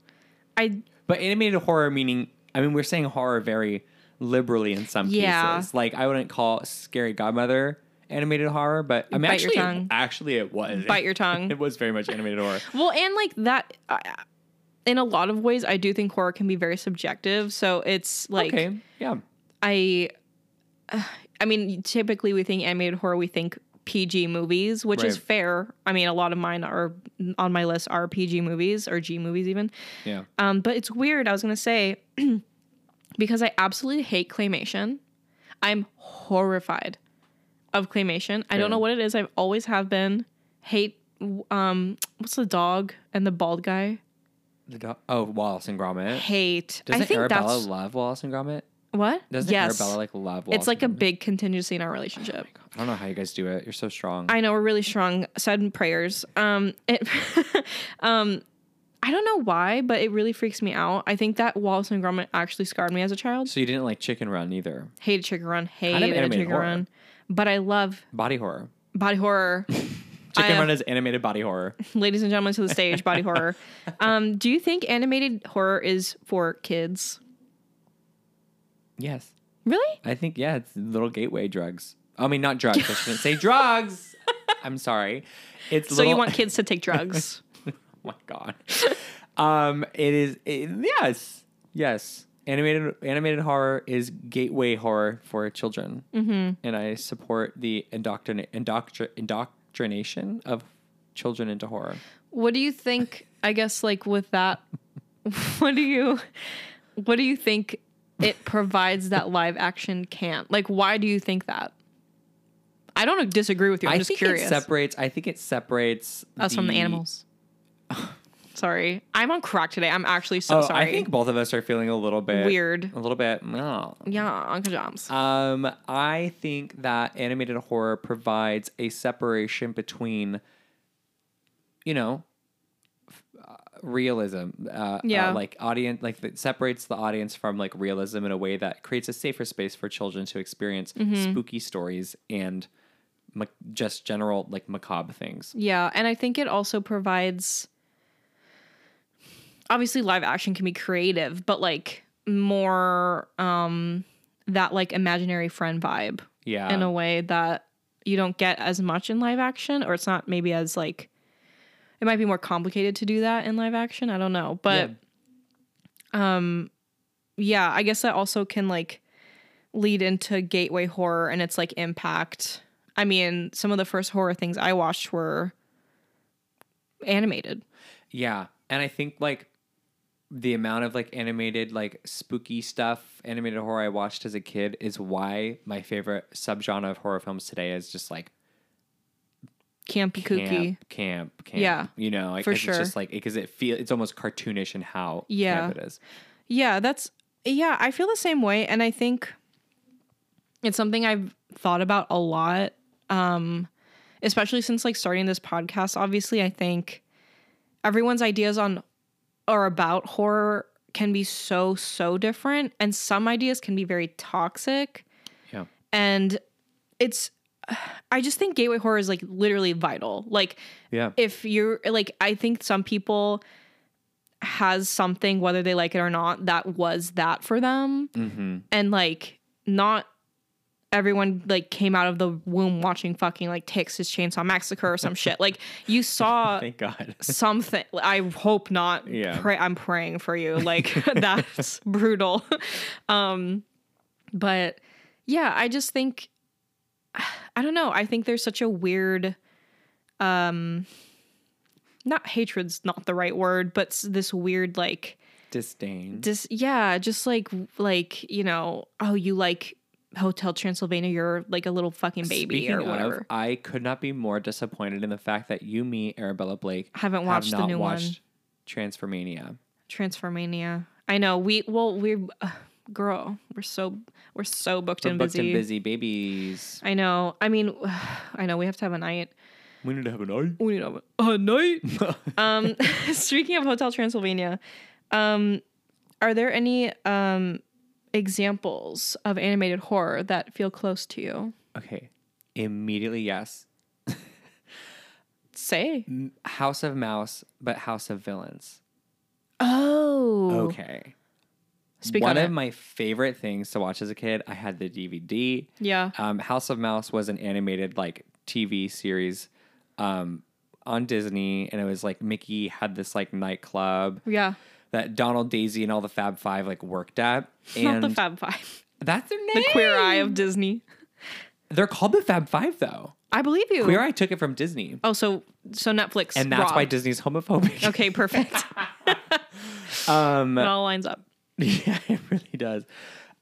Speaker 2: I
Speaker 3: But animated horror meaning, I mean, we're saying horror very liberally in some
Speaker 2: Yeah.
Speaker 3: cases. Like I wouldn't call Scary Godmother animated horror, but I mean,
Speaker 2: Bite your
Speaker 3: actually,
Speaker 2: tongue.
Speaker 3: actually, it was
Speaker 2: Bite your tongue.
Speaker 3: it was very much animated horror.
Speaker 2: Well, and like that, uh, in a lot of ways, I do think horror can be very subjective. So it's like
Speaker 3: okay, yeah,
Speaker 2: I, I mean, typically we think animated horror, we think PG movies, which is
Speaker 3: Right.
Speaker 2: fair. I mean, a lot of mine are on my list are PG movies or G movies even.
Speaker 3: yeah.
Speaker 2: Um, but it's weird. I was gonna say because I absolutely hate claymation. I'm horrified of claymation. I don't
Speaker 3: Yeah.
Speaker 2: know what it is. I've always have been hate. Um, what's the dog and the bald guy?
Speaker 3: The do- oh, Wallace and Gromit.
Speaker 2: Hate.
Speaker 3: Doesn't
Speaker 2: I think
Speaker 3: Arabella
Speaker 2: that's
Speaker 3: love Wallace and Gromit?
Speaker 2: what.
Speaker 3: Doesn't
Speaker 2: yes,
Speaker 3: Arabella like love? Wallace
Speaker 2: it's like a
Speaker 3: and Gromit?
Speaker 2: big contingency in our relationship.
Speaker 3: I don't know how you guys do it. You're so strong.
Speaker 2: I know we're really strong. Sudden prayers. Um, it, um, I don't know why, but it really freaks me out. I think that Wallace and Gromit actually scarred me as a child.
Speaker 3: so you didn't like Chicken Run either.
Speaker 2: Hated Chicken Run. Hated
Speaker 3: animated
Speaker 2: Chicken
Speaker 3: horror.
Speaker 2: Run. But I love
Speaker 3: Body horror.
Speaker 2: body horror.
Speaker 3: Chicken
Speaker 2: I-
Speaker 3: Run is animated body horror.
Speaker 2: Ladies and gentlemen, to the stage, body horror. Um, do you think animated horror is for kids?
Speaker 3: Yes.
Speaker 2: Really?
Speaker 3: I think yeah, it's little gateway drugs. I mean, not drugs. I shouldn't say drugs. I'm sorry. It's
Speaker 2: So
Speaker 3: little,
Speaker 2: you want kids to take drugs?
Speaker 3: Oh my god. um, it is. It, yes, yes. Animated animated horror is gateway horror for children, mm-hmm. and I support the indoctrin- indoctr- indoctrination of children into horror.
Speaker 2: what do you think? I guess like with that, what do you, what do you think it provides that live action can't? Like, why do you think that? I don't disagree with you. I'm
Speaker 3: I
Speaker 2: just
Speaker 3: think
Speaker 2: curious.
Speaker 3: it separates. I think it separates
Speaker 2: Us from the animals. sorry, I'm on crack today. I'm actually so
Speaker 3: Oh,
Speaker 2: sorry.
Speaker 3: I think both of us are feeling a little bit
Speaker 2: Weird.
Speaker 3: A little bit. No.
Speaker 2: yeah, Uncle Joms.
Speaker 3: Um, I think that animated horror provides a separation between, you know, f- uh, realism. Uh,
Speaker 2: Yeah.
Speaker 3: uh, like audience, like that separates the audience from like realism in a way that creates a safer space for children to experience
Speaker 2: Mm-hmm.
Speaker 3: spooky stories and ma- just general like macabre things.
Speaker 2: Yeah, and I think it also provides obviously live action can be creative, but like more um that like imaginary friend vibe
Speaker 3: Yeah.
Speaker 2: in a way that you don't get as much in live action or it's not maybe as like it might be more complicated to do that in live action, I don't know, but um yeah, I guess that also can like lead into gateway horror and its like impact. I mean, some of the first horror things I watched were animated.
Speaker 3: Yeah. And I think like the amount of like animated, like spooky stuff, animated horror I watched as a kid is why my favorite subgenre of horror films today is just like
Speaker 2: Campy
Speaker 3: camp,
Speaker 2: kooky.
Speaker 3: camp, camp.
Speaker 2: Yeah,
Speaker 3: You know, like
Speaker 2: for
Speaker 3: 'cause it's just
Speaker 2: sure.
Speaker 3: like because it feel it's almost cartoonish in how
Speaker 2: Yeah.
Speaker 3: camp it is.
Speaker 2: Yeah, that's yeah, I feel the same way and I think it's something I've thought about a lot um especially since like starting this podcast. Obviously, I think everyone's ideas on or about horror can be so so different and some ideas can be very toxic.
Speaker 3: Yeah.
Speaker 2: and it's i just think gateway horror is like literally vital like
Speaker 3: Yeah.
Speaker 2: if you're like i think some people has something whether they like it or not that was that for them
Speaker 3: mm-hmm.
Speaker 2: and like not everyone like came out of the womb watching fucking like texas chainsaw massacre or some shit like you saw
Speaker 3: Thank God.
Speaker 2: something i hope not
Speaker 3: Yeah.
Speaker 2: pray, i'm praying for you like that's brutal um but yeah i just think i don't know i think there's such a weird um not hatred's not the right word but s- this weird like
Speaker 3: disdain.
Speaker 2: just yeah just like like you know oh you like hotel transylvania you're like a little fucking baby
Speaker 3: Speaking
Speaker 2: or
Speaker 3: of,
Speaker 2: whatever
Speaker 3: I could not be more disappointed in the fact that you, me, Arabella Blake,
Speaker 2: Haven't
Speaker 3: have
Speaker 2: watched the
Speaker 3: not
Speaker 2: new one.
Speaker 3: watched Transformania.
Speaker 2: transformania i know we well we're uh, girl we're so we're so booked,
Speaker 3: We're
Speaker 2: and,
Speaker 3: booked
Speaker 2: busy.
Speaker 3: and busy babies.
Speaker 2: i know i mean i know we have to have a night
Speaker 3: We need to have an eye.
Speaker 2: we need to have a night um speaking of hotel transylvania um are there any um examples of animated horror that feel close to you
Speaker 3: Okay, immediately yes.
Speaker 2: say
Speaker 3: M- House of Mouse, but House of Villains.
Speaker 2: oh
Speaker 3: Okay.
Speaker 2: Speak
Speaker 3: One
Speaker 2: on
Speaker 3: of
Speaker 2: it.
Speaker 3: my favorite things to watch as a kid, I had the DVD.
Speaker 2: yeah
Speaker 3: Um, House of Mouse was an animated like TV series um, on Disney, and it was like Mickey had this like nightclub
Speaker 2: Yeah.
Speaker 3: that Donald Daisy and all the Fab Five like worked at.
Speaker 2: Not
Speaker 3: And
Speaker 2: the Fab Five.
Speaker 3: That's their name.
Speaker 2: The queer eye of Disney.
Speaker 3: They're called the Fab Five though.
Speaker 2: I believe you.
Speaker 3: Queer Eye took it from Disney,
Speaker 2: Oh, so so Netflix.
Speaker 3: and that's why
Speaker 2: robbed.
Speaker 3: Disney's homophobic.
Speaker 2: Okay, perfect.
Speaker 3: Um,
Speaker 2: it all lines up.
Speaker 3: Yeah, it really does.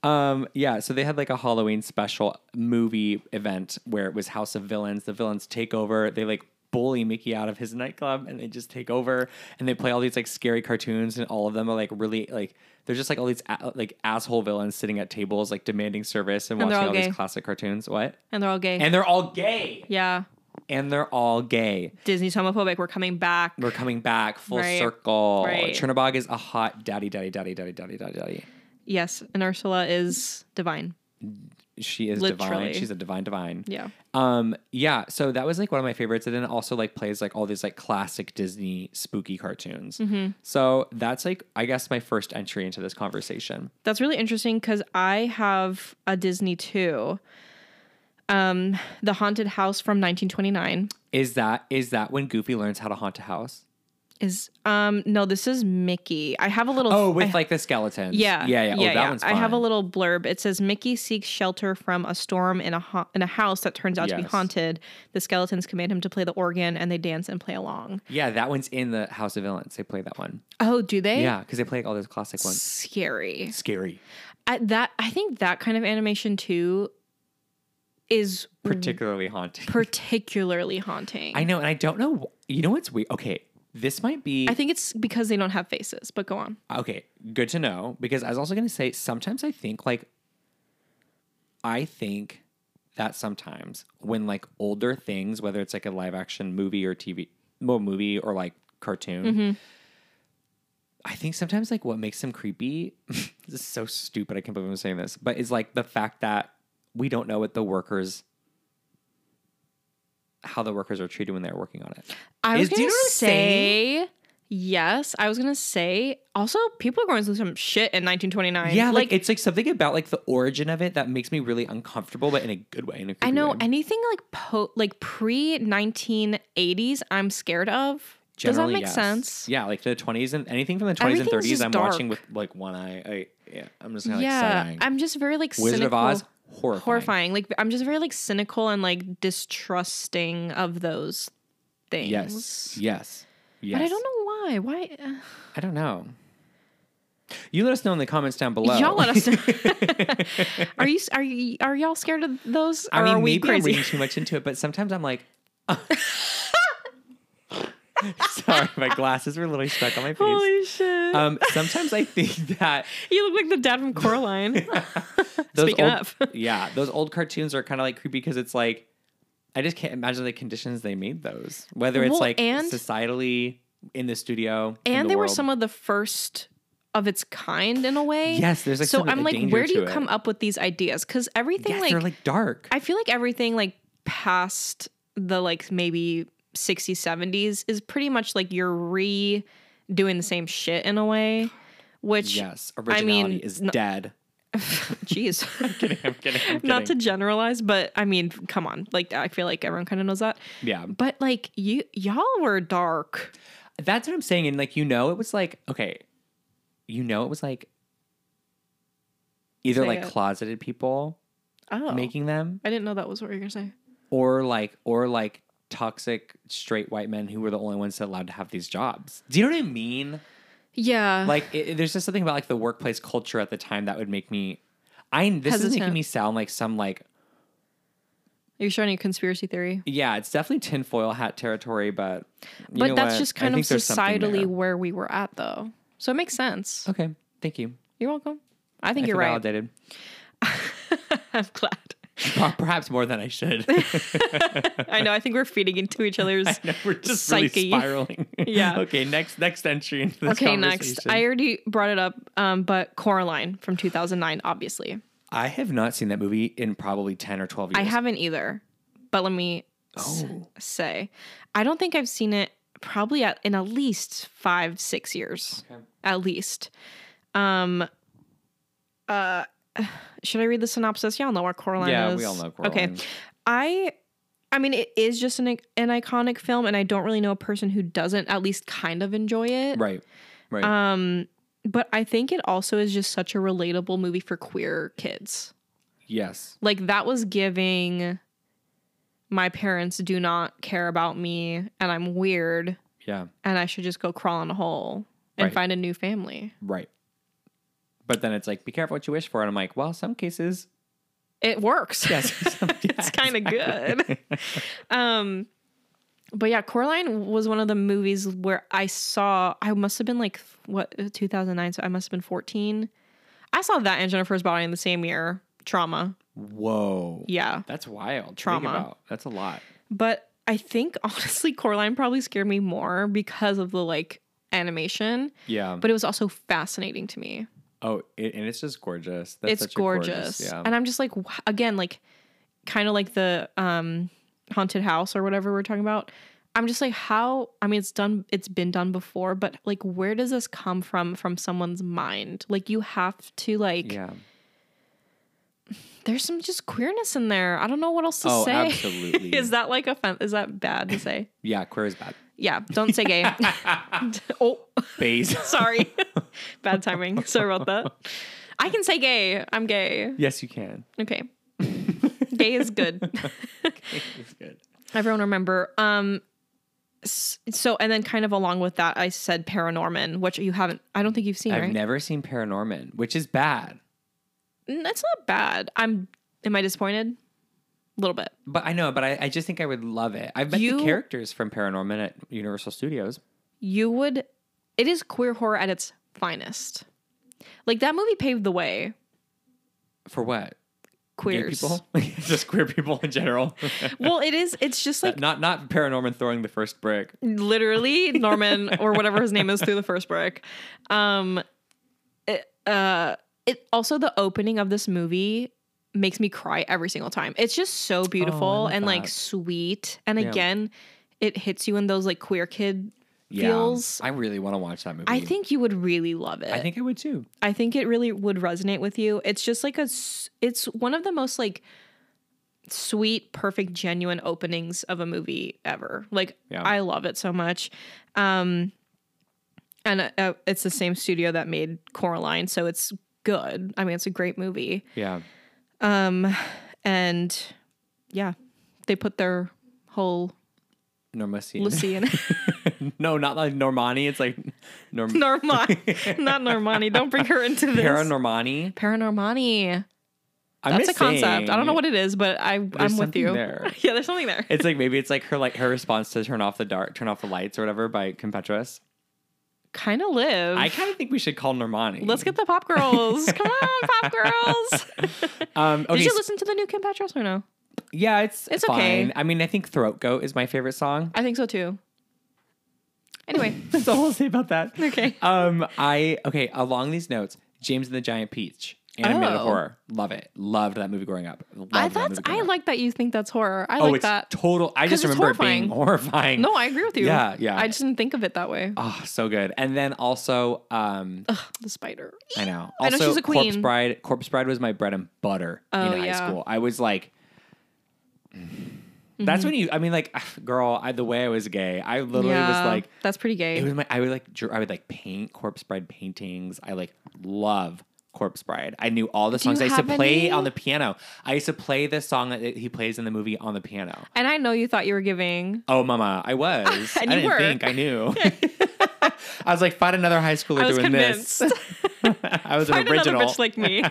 Speaker 3: Um, yeah, so they had like a Halloween special movie event where it was House of Villains. The villains take over. They like bully Mickey out of his nightclub and they just take over and they play all these like scary cartoons and all of them are like really like they're just like all these a- like asshole villains sitting at tables like demanding service and,
Speaker 2: And they're
Speaker 3: watching all
Speaker 2: all gay.
Speaker 3: these classic cartoons. What?
Speaker 2: And they're all gay.
Speaker 3: And they're all gay.
Speaker 2: yeah.
Speaker 3: And they're all gay.
Speaker 2: Disney's homophobic. We're coming back.
Speaker 3: We're coming back full
Speaker 2: Right.
Speaker 3: circle.
Speaker 2: Right.
Speaker 3: Chernabog is a hot daddy, daddy, daddy, daddy, daddy, daddy, daddy.
Speaker 2: yes. And Ursula is divine.
Speaker 3: She is divine.
Speaker 2: Literally.
Speaker 3: She's a divine divine.
Speaker 2: Yeah.
Speaker 3: Um, yeah, so that was like one of my favorites. And then it also like plays like all these like classic Disney spooky cartoons.
Speaker 2: Mm-hmm.
Speaker 3: So that's like I guess my first entry into this conversation.
Speaker 2: That's really interesting because I have a Disney too. Um, the haunted house from 1929
Speaker 3: Is that is that when Goofy learns how to haunt a house?
Speaker 2: is um no, this is Mickey. I have a little.
Speaker 3: Oh,
Speaker 2: I-
Speaker 3: with like the skeletons.
Speaker 2: Yeah,
Speaker 3: Yeah, yeah. oh, that one's fun.
Speaker 2: I have a little blurb. It says Mickey seeks shelter from a storm in a ha- in a house that turns out to be
Speaker 3: Yes.
Speaker 2: haunted. The skeletons command him to play the organ, and they dance and play along.
Speaker 3: Yeah, that one's in the House of Villains. They play that one.
Speaker 2: Oh, do they?
Speaker 3: Yeah, because they play like, all those classic ones.
Speaker 2: Scary.
Speaker 3: Scary.
Speaker 2: I, that I think that kind of animation too is
Speaker 3: Particularly haunting.
Speaker 2: particularly haunting.
Speaker 3: I know, and I don't know wh- you know what's weird. Okay. This might be
Speaker 2: I think it's because they don't have faces. But go on.
Speaker 3: Okay, good to know because I was also going to say sometimes I think like I think that sometimes when like older things whether it's like a live action movie or TV well, movie or like cartoon I think sometimes like what makes them creepy this is so stupid I can't believe I'm saying this but is like the fact that we don't know what the workers how the workers are treated when they're working on it.
Speaker 2: I
Speaker 3: Is-
Speaker 2: was
Speaker 3: do
Speaker 2: gonna
Speaker 3: you know what I'm
Speaker 2: say yes. I was gonna say also people are going through some shit in 1929.
Speaker 3: Yeah, like, it's like something about like the origin of it that makes me really uncomfortable, but in a good way. In a
Speaker 2: I
Speaker 3: creepy
Speaker 2: know
Speaker 3: way.
Speaker 2: anything like po- like pre 1980s I'm scared of. Does
Speaker 3: Generally,
Speaker 2: that make
Speaker 3: yes.
Speaker 2: sense?
Speaker 3: Yeah, like the twenties and anything from the twenties and
Speaker 2: Everything's
Speaker 3: thirties,
Speaker 2: just
Speaker 3: I'm watching with
Speaker 2: dark.
Speaker 3: like one eye. I yeah, I'm just kind of like
Speaker 2: yeah,
Speaker 3: side-eyeing.
Speaker 2: I'm just very like
Speaker 3: Wizard
Speaker 2: cynical,
Speaker 3: of Oz, horrifying.
Speaker 2: horrifying. Like I'm just very like cynical and like distrusting of those things.
Speaker 3: Yes, yes, yes.
Speaker 2: but I don't know why. Why uh,
Speaker 3: I don't know. You let us know in the comments down below.
Speaker 2: y'all let us? know. are you are you are y'all scared of those?
Speaker 3: I
Speaker 2: or
Speaker 3: mean,
Speaker 2: are we
Speaker 3: maybe I'm
Speaker 2: crazy?
Speaker 3: reading too much into it, but sometimes I'm like. Sorry, my glasses were literally stuck on my face.
Speaker 2: Holy shit!
Speaker 3: um, sometimes I think that
Speaker 2: you look like the dad from Coraline.
Speaker 3: those
Speaker 2: Speaking
Speaker 3: old,
Speaker 2: of.
Speaker 3: yeah, those old cartoons are kind of like creepy because it's like I just can't imagine the conditions they made those. Whether it's
Speaker 2: Well,
Speaker 3: like
Speaker 2: and-
Speaker 3: societally in the studio, in
Speaker 2: and
Speaker 3: the
Speaker 2: they were
Speaker 3: world.
Speaker 2: some of the first of its kind in a way.
Speaker 3: Yes, there's, like,
Speaker 2: so
Speaker 3: some- a
Speaker 2: I'm like,
Speaker 3: danger
Speaker 2: where do
Speaker 3: to
Speaker 2: you
Speaker 3: it.
Speaker 2: come up with these ideas? Because everything
Speaker 3: yes,
Speaker 2: like,
Speaker 3: they're like dark.
Speaker 2: I feel like everything like past the like maybe 60s 70s is pretty much like you're re doing the same shit in a way. Which,
Speaker 3: yes,
Speaker 2: I
Speaker 3: originality
Speaker 2: mean,
Speaker 3: is
Speaker 2: no-
Speaker 3: dead.
Speaker 2: jeez,
Speaker 3: I'm kidding. I'm
Speaker 2: not to
Speaker 3: kidding.
Speaker 2: generalize, but I mean, come on, like I feel like everyone kind of knows that.
Speaker 3: yeah.
Speaker 2: But like you, y'all were dark.
Speaker 3: That's what I'm saying. And like you know, it was like okay, you know, it was like either
Speaker 2: Say
Speaker 3: like
Speaker 2: it.
Speaker 3: closeted people
Speaker 2: Oh,
Speaker 3: making them,
Speaker 2: I didn't know that was what you were gonna say.
Speaker 3: or like or like toxic straight white men who were the only ones allowed to have these jobs. Do you know what I mean?
Speaker 2: Yeah.
Speaker 3: Like, it, it- there's just something about like the workplace culture at the time that would make me. I this is making
Speaker 2: Hesitant.
Speaker 3: me sound like some like
Speaker 2: You're starting a conspiracy theory.
Speaker 3: yeah, it's definitely tinfoil hat territory, but you know
Speaker 2: But that's
Speaker 3: what?
Speaker 2: just
Speaker 3: I
Speaker 2: kind of
Speaker 3: think there's something
Speaker 2: societally
Speaker 3: there.
Speaker 2: where we were at, though. So it makes sense.
Speaker 3: Okay, thank you.
Speaker 2: You're welcome. I think
Speaker 3: I
Speaker 2: you're
Speaker 3: feel
Speaker 2: right.
Speaker 3: validated.
Speaker 2: I'm glad.
Speaker 3: Per- Perhaps more than I should.
Speaker 2: I know. I think we're feeding into each other's.
Speaker 3: We're just really
Speaker 2: Psyche.
Speaker 3: spiraling.
Speaker 2: Yeah.
Speaker 3: Okay. Next. Next entry into this
Speaker 2: Okay, next.
Speaker 3: conversation.
Speaker 2: I already brought it up, um, but Coraline from 2009, obviously.
Speaker 3: I have not seen that movie in probably ten or twelve years.
Speaker 2: I haven't either, but let me s-
Speaker 3: Oh.
Speaker 2: say, I don't think I've seen it probably at, in at least five, six years, at least. Um, uh, should I read the synopsis? Y'all know where Coraline
Speaker 3: Yeah,
Speaker 2: is.
Speaker 3: we all know
Speaker 2: Okay,
Speaker 3: Coraline.
Speaker 2: I. I mean, it is just an an iconic film, and I don't really know a person who doesn't at least kind of enjoy it.
Speaker 3: Right. Right.
Speaker 2: Um, But I think it also is just such a relatable movie for queer kids.
Speaker 3: yes.
Speaker 2: like that was giving my parents do not care about me and I'm weird
Speaker 3: Yeah.
Speaker 2: and I should just go crawl in a hole and
Speaker 3: Right.
Speaker 2: find a new family.
Speaker 3: Right. But then it's like, be careful what you wish for. And I'm like, well, some cases,
Speaker 2: It works.
Speaker 3: yes.
Speaker 2: it's kind of good. um but yeah, Coraline was one of the movies where I saw I must have been like what 2009 so I must have been 14. I saw that and Jennifer's body in the same year. Trauma.
Speaker 3: Whoa.
Speaker 2: Yeah.
Speaker 3: That's wild. to think
Speaker 2: Trauma.
Speaker 3: about. That's a lot.
Speaker 2: But I think honestly, Coraline probably scared me more because of the like animation,
Speaker 3: Yeah.
Speaker 2: but it was also fascinating to me.
Speaker 3: oh, it, and it's just gorgeous. That's
Speaker 2: it's
Speaker 3: such a
Speaker 2: gorgeous.
Speaker 3: yeah.
Speaker 2: And I'm just like, wh- again, like kind of like the um, haunted house or whatever we're talking about. I'm just like, how? I mean, it's done, it's been done before, but like, where does this come from from someone's mind? Like, you have to, like,
Speaker 3: yeah.
Speaker 2: there's some just queerness in there. I don't know what else to
Speaker 3: Oh,
Speaker 2: say.
Speaker 3: absolutely.
Speaker 2: is that like offense? Is that bad to say?
Speaker 3: Yeah. Queer is bad.
Speaker 2: Yeah, don't say gay. oh,
Speaker 3: Base.
Speaker 2: sorry. Bad timing. Sorry about that. I can say gay. I'm gay.
Speaker 3: yes, you can.
Speaker 2: Okay. gay is good.
Speaker 3: It's good.
Speaker 2: Everyone remember. Um s- so and then kind of along with that I said Paranorman, which you haven't I don't think you've seen,
Speaker 3: I've
Speaker 2: right?
Speaker 3: never seen Paranorman, which is bad.
Speaker 2: Mm, That's not bad. I'm am I disappointed? A little bit.
Speaker 3: But I know, but I, I just think I would love it. I've met
Speaker 2: You-
Speaker 3: the characters from Paranorman at Universal Studios.
Speaker 2: You would it is queer horror at its finest. Like that movie paved the way.
Speaker 3: For what? Gay
Speaker 2: Queers.
Speaker 3: people? just queer people in general.
Speaker 2: Well, it is it's just like
Speaker 3: not not Paranorman throwing the first brick.
Speaker 2: literally Norman or whatever his name is through the first brick. Um, it, uh, it also the opening of this movie makes me cry every single time. It's just so beautiful
Speaker 3: Oh, love
Speaker 2: and like
Speaker 3: that.
Speaker 2: sweet, and again, it hits you in those like queer kid feels.
Speaker 3: I really want to watch that movie.
Speaker 2: I think you would really love it.
Speaker 3: I think I would too.
Speaker 2: I think it really would resonate with you. It's just like a s- it's one of the most like sweet, perfect, genuine openings of a movie ever. Like
Speaker 3: Yeah.
Speaker 2: I love it so much. Um and uh, it's the same studio that made Coraline, so it's good. I mean, it's a great movie.
Speaker 3: Yeah.
Speaker 2: Um and yeah, they put their whole
Speaker 3: Normani.
Speaker 2: Lucy in it.
Speaker 3: no, not like Normani. It's like Norm-
Speaker 2: Normani. Not Normani. Don't bring her into this.
Speaker 3: Paranormani.
Speaker 2: Paranormani.
Speaker 3: I'm
Speaker 2: That's a
Speaker 3: just
Speaker 2: concept. I don't know
Speaker 3: saying.
Speaker 2: what it is, but I I'm with
Speaker 3: something
Speaker 2: you.
Speaker 3: there.
Speaker 2: yeah, there's something there.
Speaker 3: It's like maybe it's like her like her response to turn off the dark, turn off the lights or whatever by Competras.
Speaker 2: kind of live.
Speaker 3: I kind of think we should call Normani.
Speaker 2: Let's get the pop girls. Come on, pop girls.
Speaker 3: um okay.
Speaker 2: Did you
Speaker 3: so-
Speaker 2: listen to the new Kim Petras or no?
Speaker 3: yeah, it's
Speaker 2: It's
Speaker 3: fine.
Speaker 2: okay.
Speaker 3: I mean, I think Throat Goat is my favorite song.
Speaker 2: I think so too. Anyway,
Speaker 3: That's all I'll say about that.
Speaker 2: Okay.
Speaker 3: Um I okay, along these notes, James and the Giant Peach. Animated
Speaker 2: Oh.
Speaker 3: horror. Love it. Loved that movie growing up. Loved
Speaker 2: I
Speaker 3: that
Speaker 2: that's
Speaker 3: movie growing
Speaker 2: I
Speaker 3: up.
Speaker 2: like that you think that's horror. I
Speaker 3: oh,
Speaker 2: like
Speaker 3: it's
Speaker 2: that.
Speaker 3: total. I
Speaker 2: 'Cause
Speaker 3: just
Speaker 2: it's
Speaker 3: remember it being horrifying.
Speaker 2: no, I agree with you.
Speaker 3: Yeah, yeah.
Speaker 2: I just didn't think of it that way.
Speaker 3: Oh, so good. And then also, um,
Speaker 2: The spider.
Speaker 3: I know. Also,
Speaker 2: I know she's a
Speaker 3: Corpse
Speaker 2: queen.
Speaker 3: Bride. Corpse Bride was my bread and butter
Speaker 2: Oh,
Speaker 3: in high
Speaker 2: yeah. Mm-hmm.
Speaker 3: school. I was like, that's when you. I mean, like, girl, I, the way I was gay, I literally was like,
Speaker 2: that's pretty gay.
Speaker 3: it was my. I would like. dr- I would like paint Corpse Bride paintings. I like love. Corpse Bride. I knew all the songs.
Speaker 2: you
Speaker 3: I used to
Speaker 2: have
Speaker 3: play
Speaker 2: any?
Speaker 3: on the piano. I used to play the song that he plays in the movie on the piano.
Speaker 2: and I know you thought you were giving.
Speaker 3: Oh, mama, I was.
Speaker 2: And
Speaker 3: I
Speaker 2: you
Speaker 3: didn't
Speaker 2: were.
Speaker 3: think I knew. I was like, find another high schooler
Speaker 2: I was
Speaker 3: doing
Speaker 2: convinced.
Speaker 3: this. I was an
Speaker 2: Find another
Speaker 3: original.
Speaker 2: bitch like me.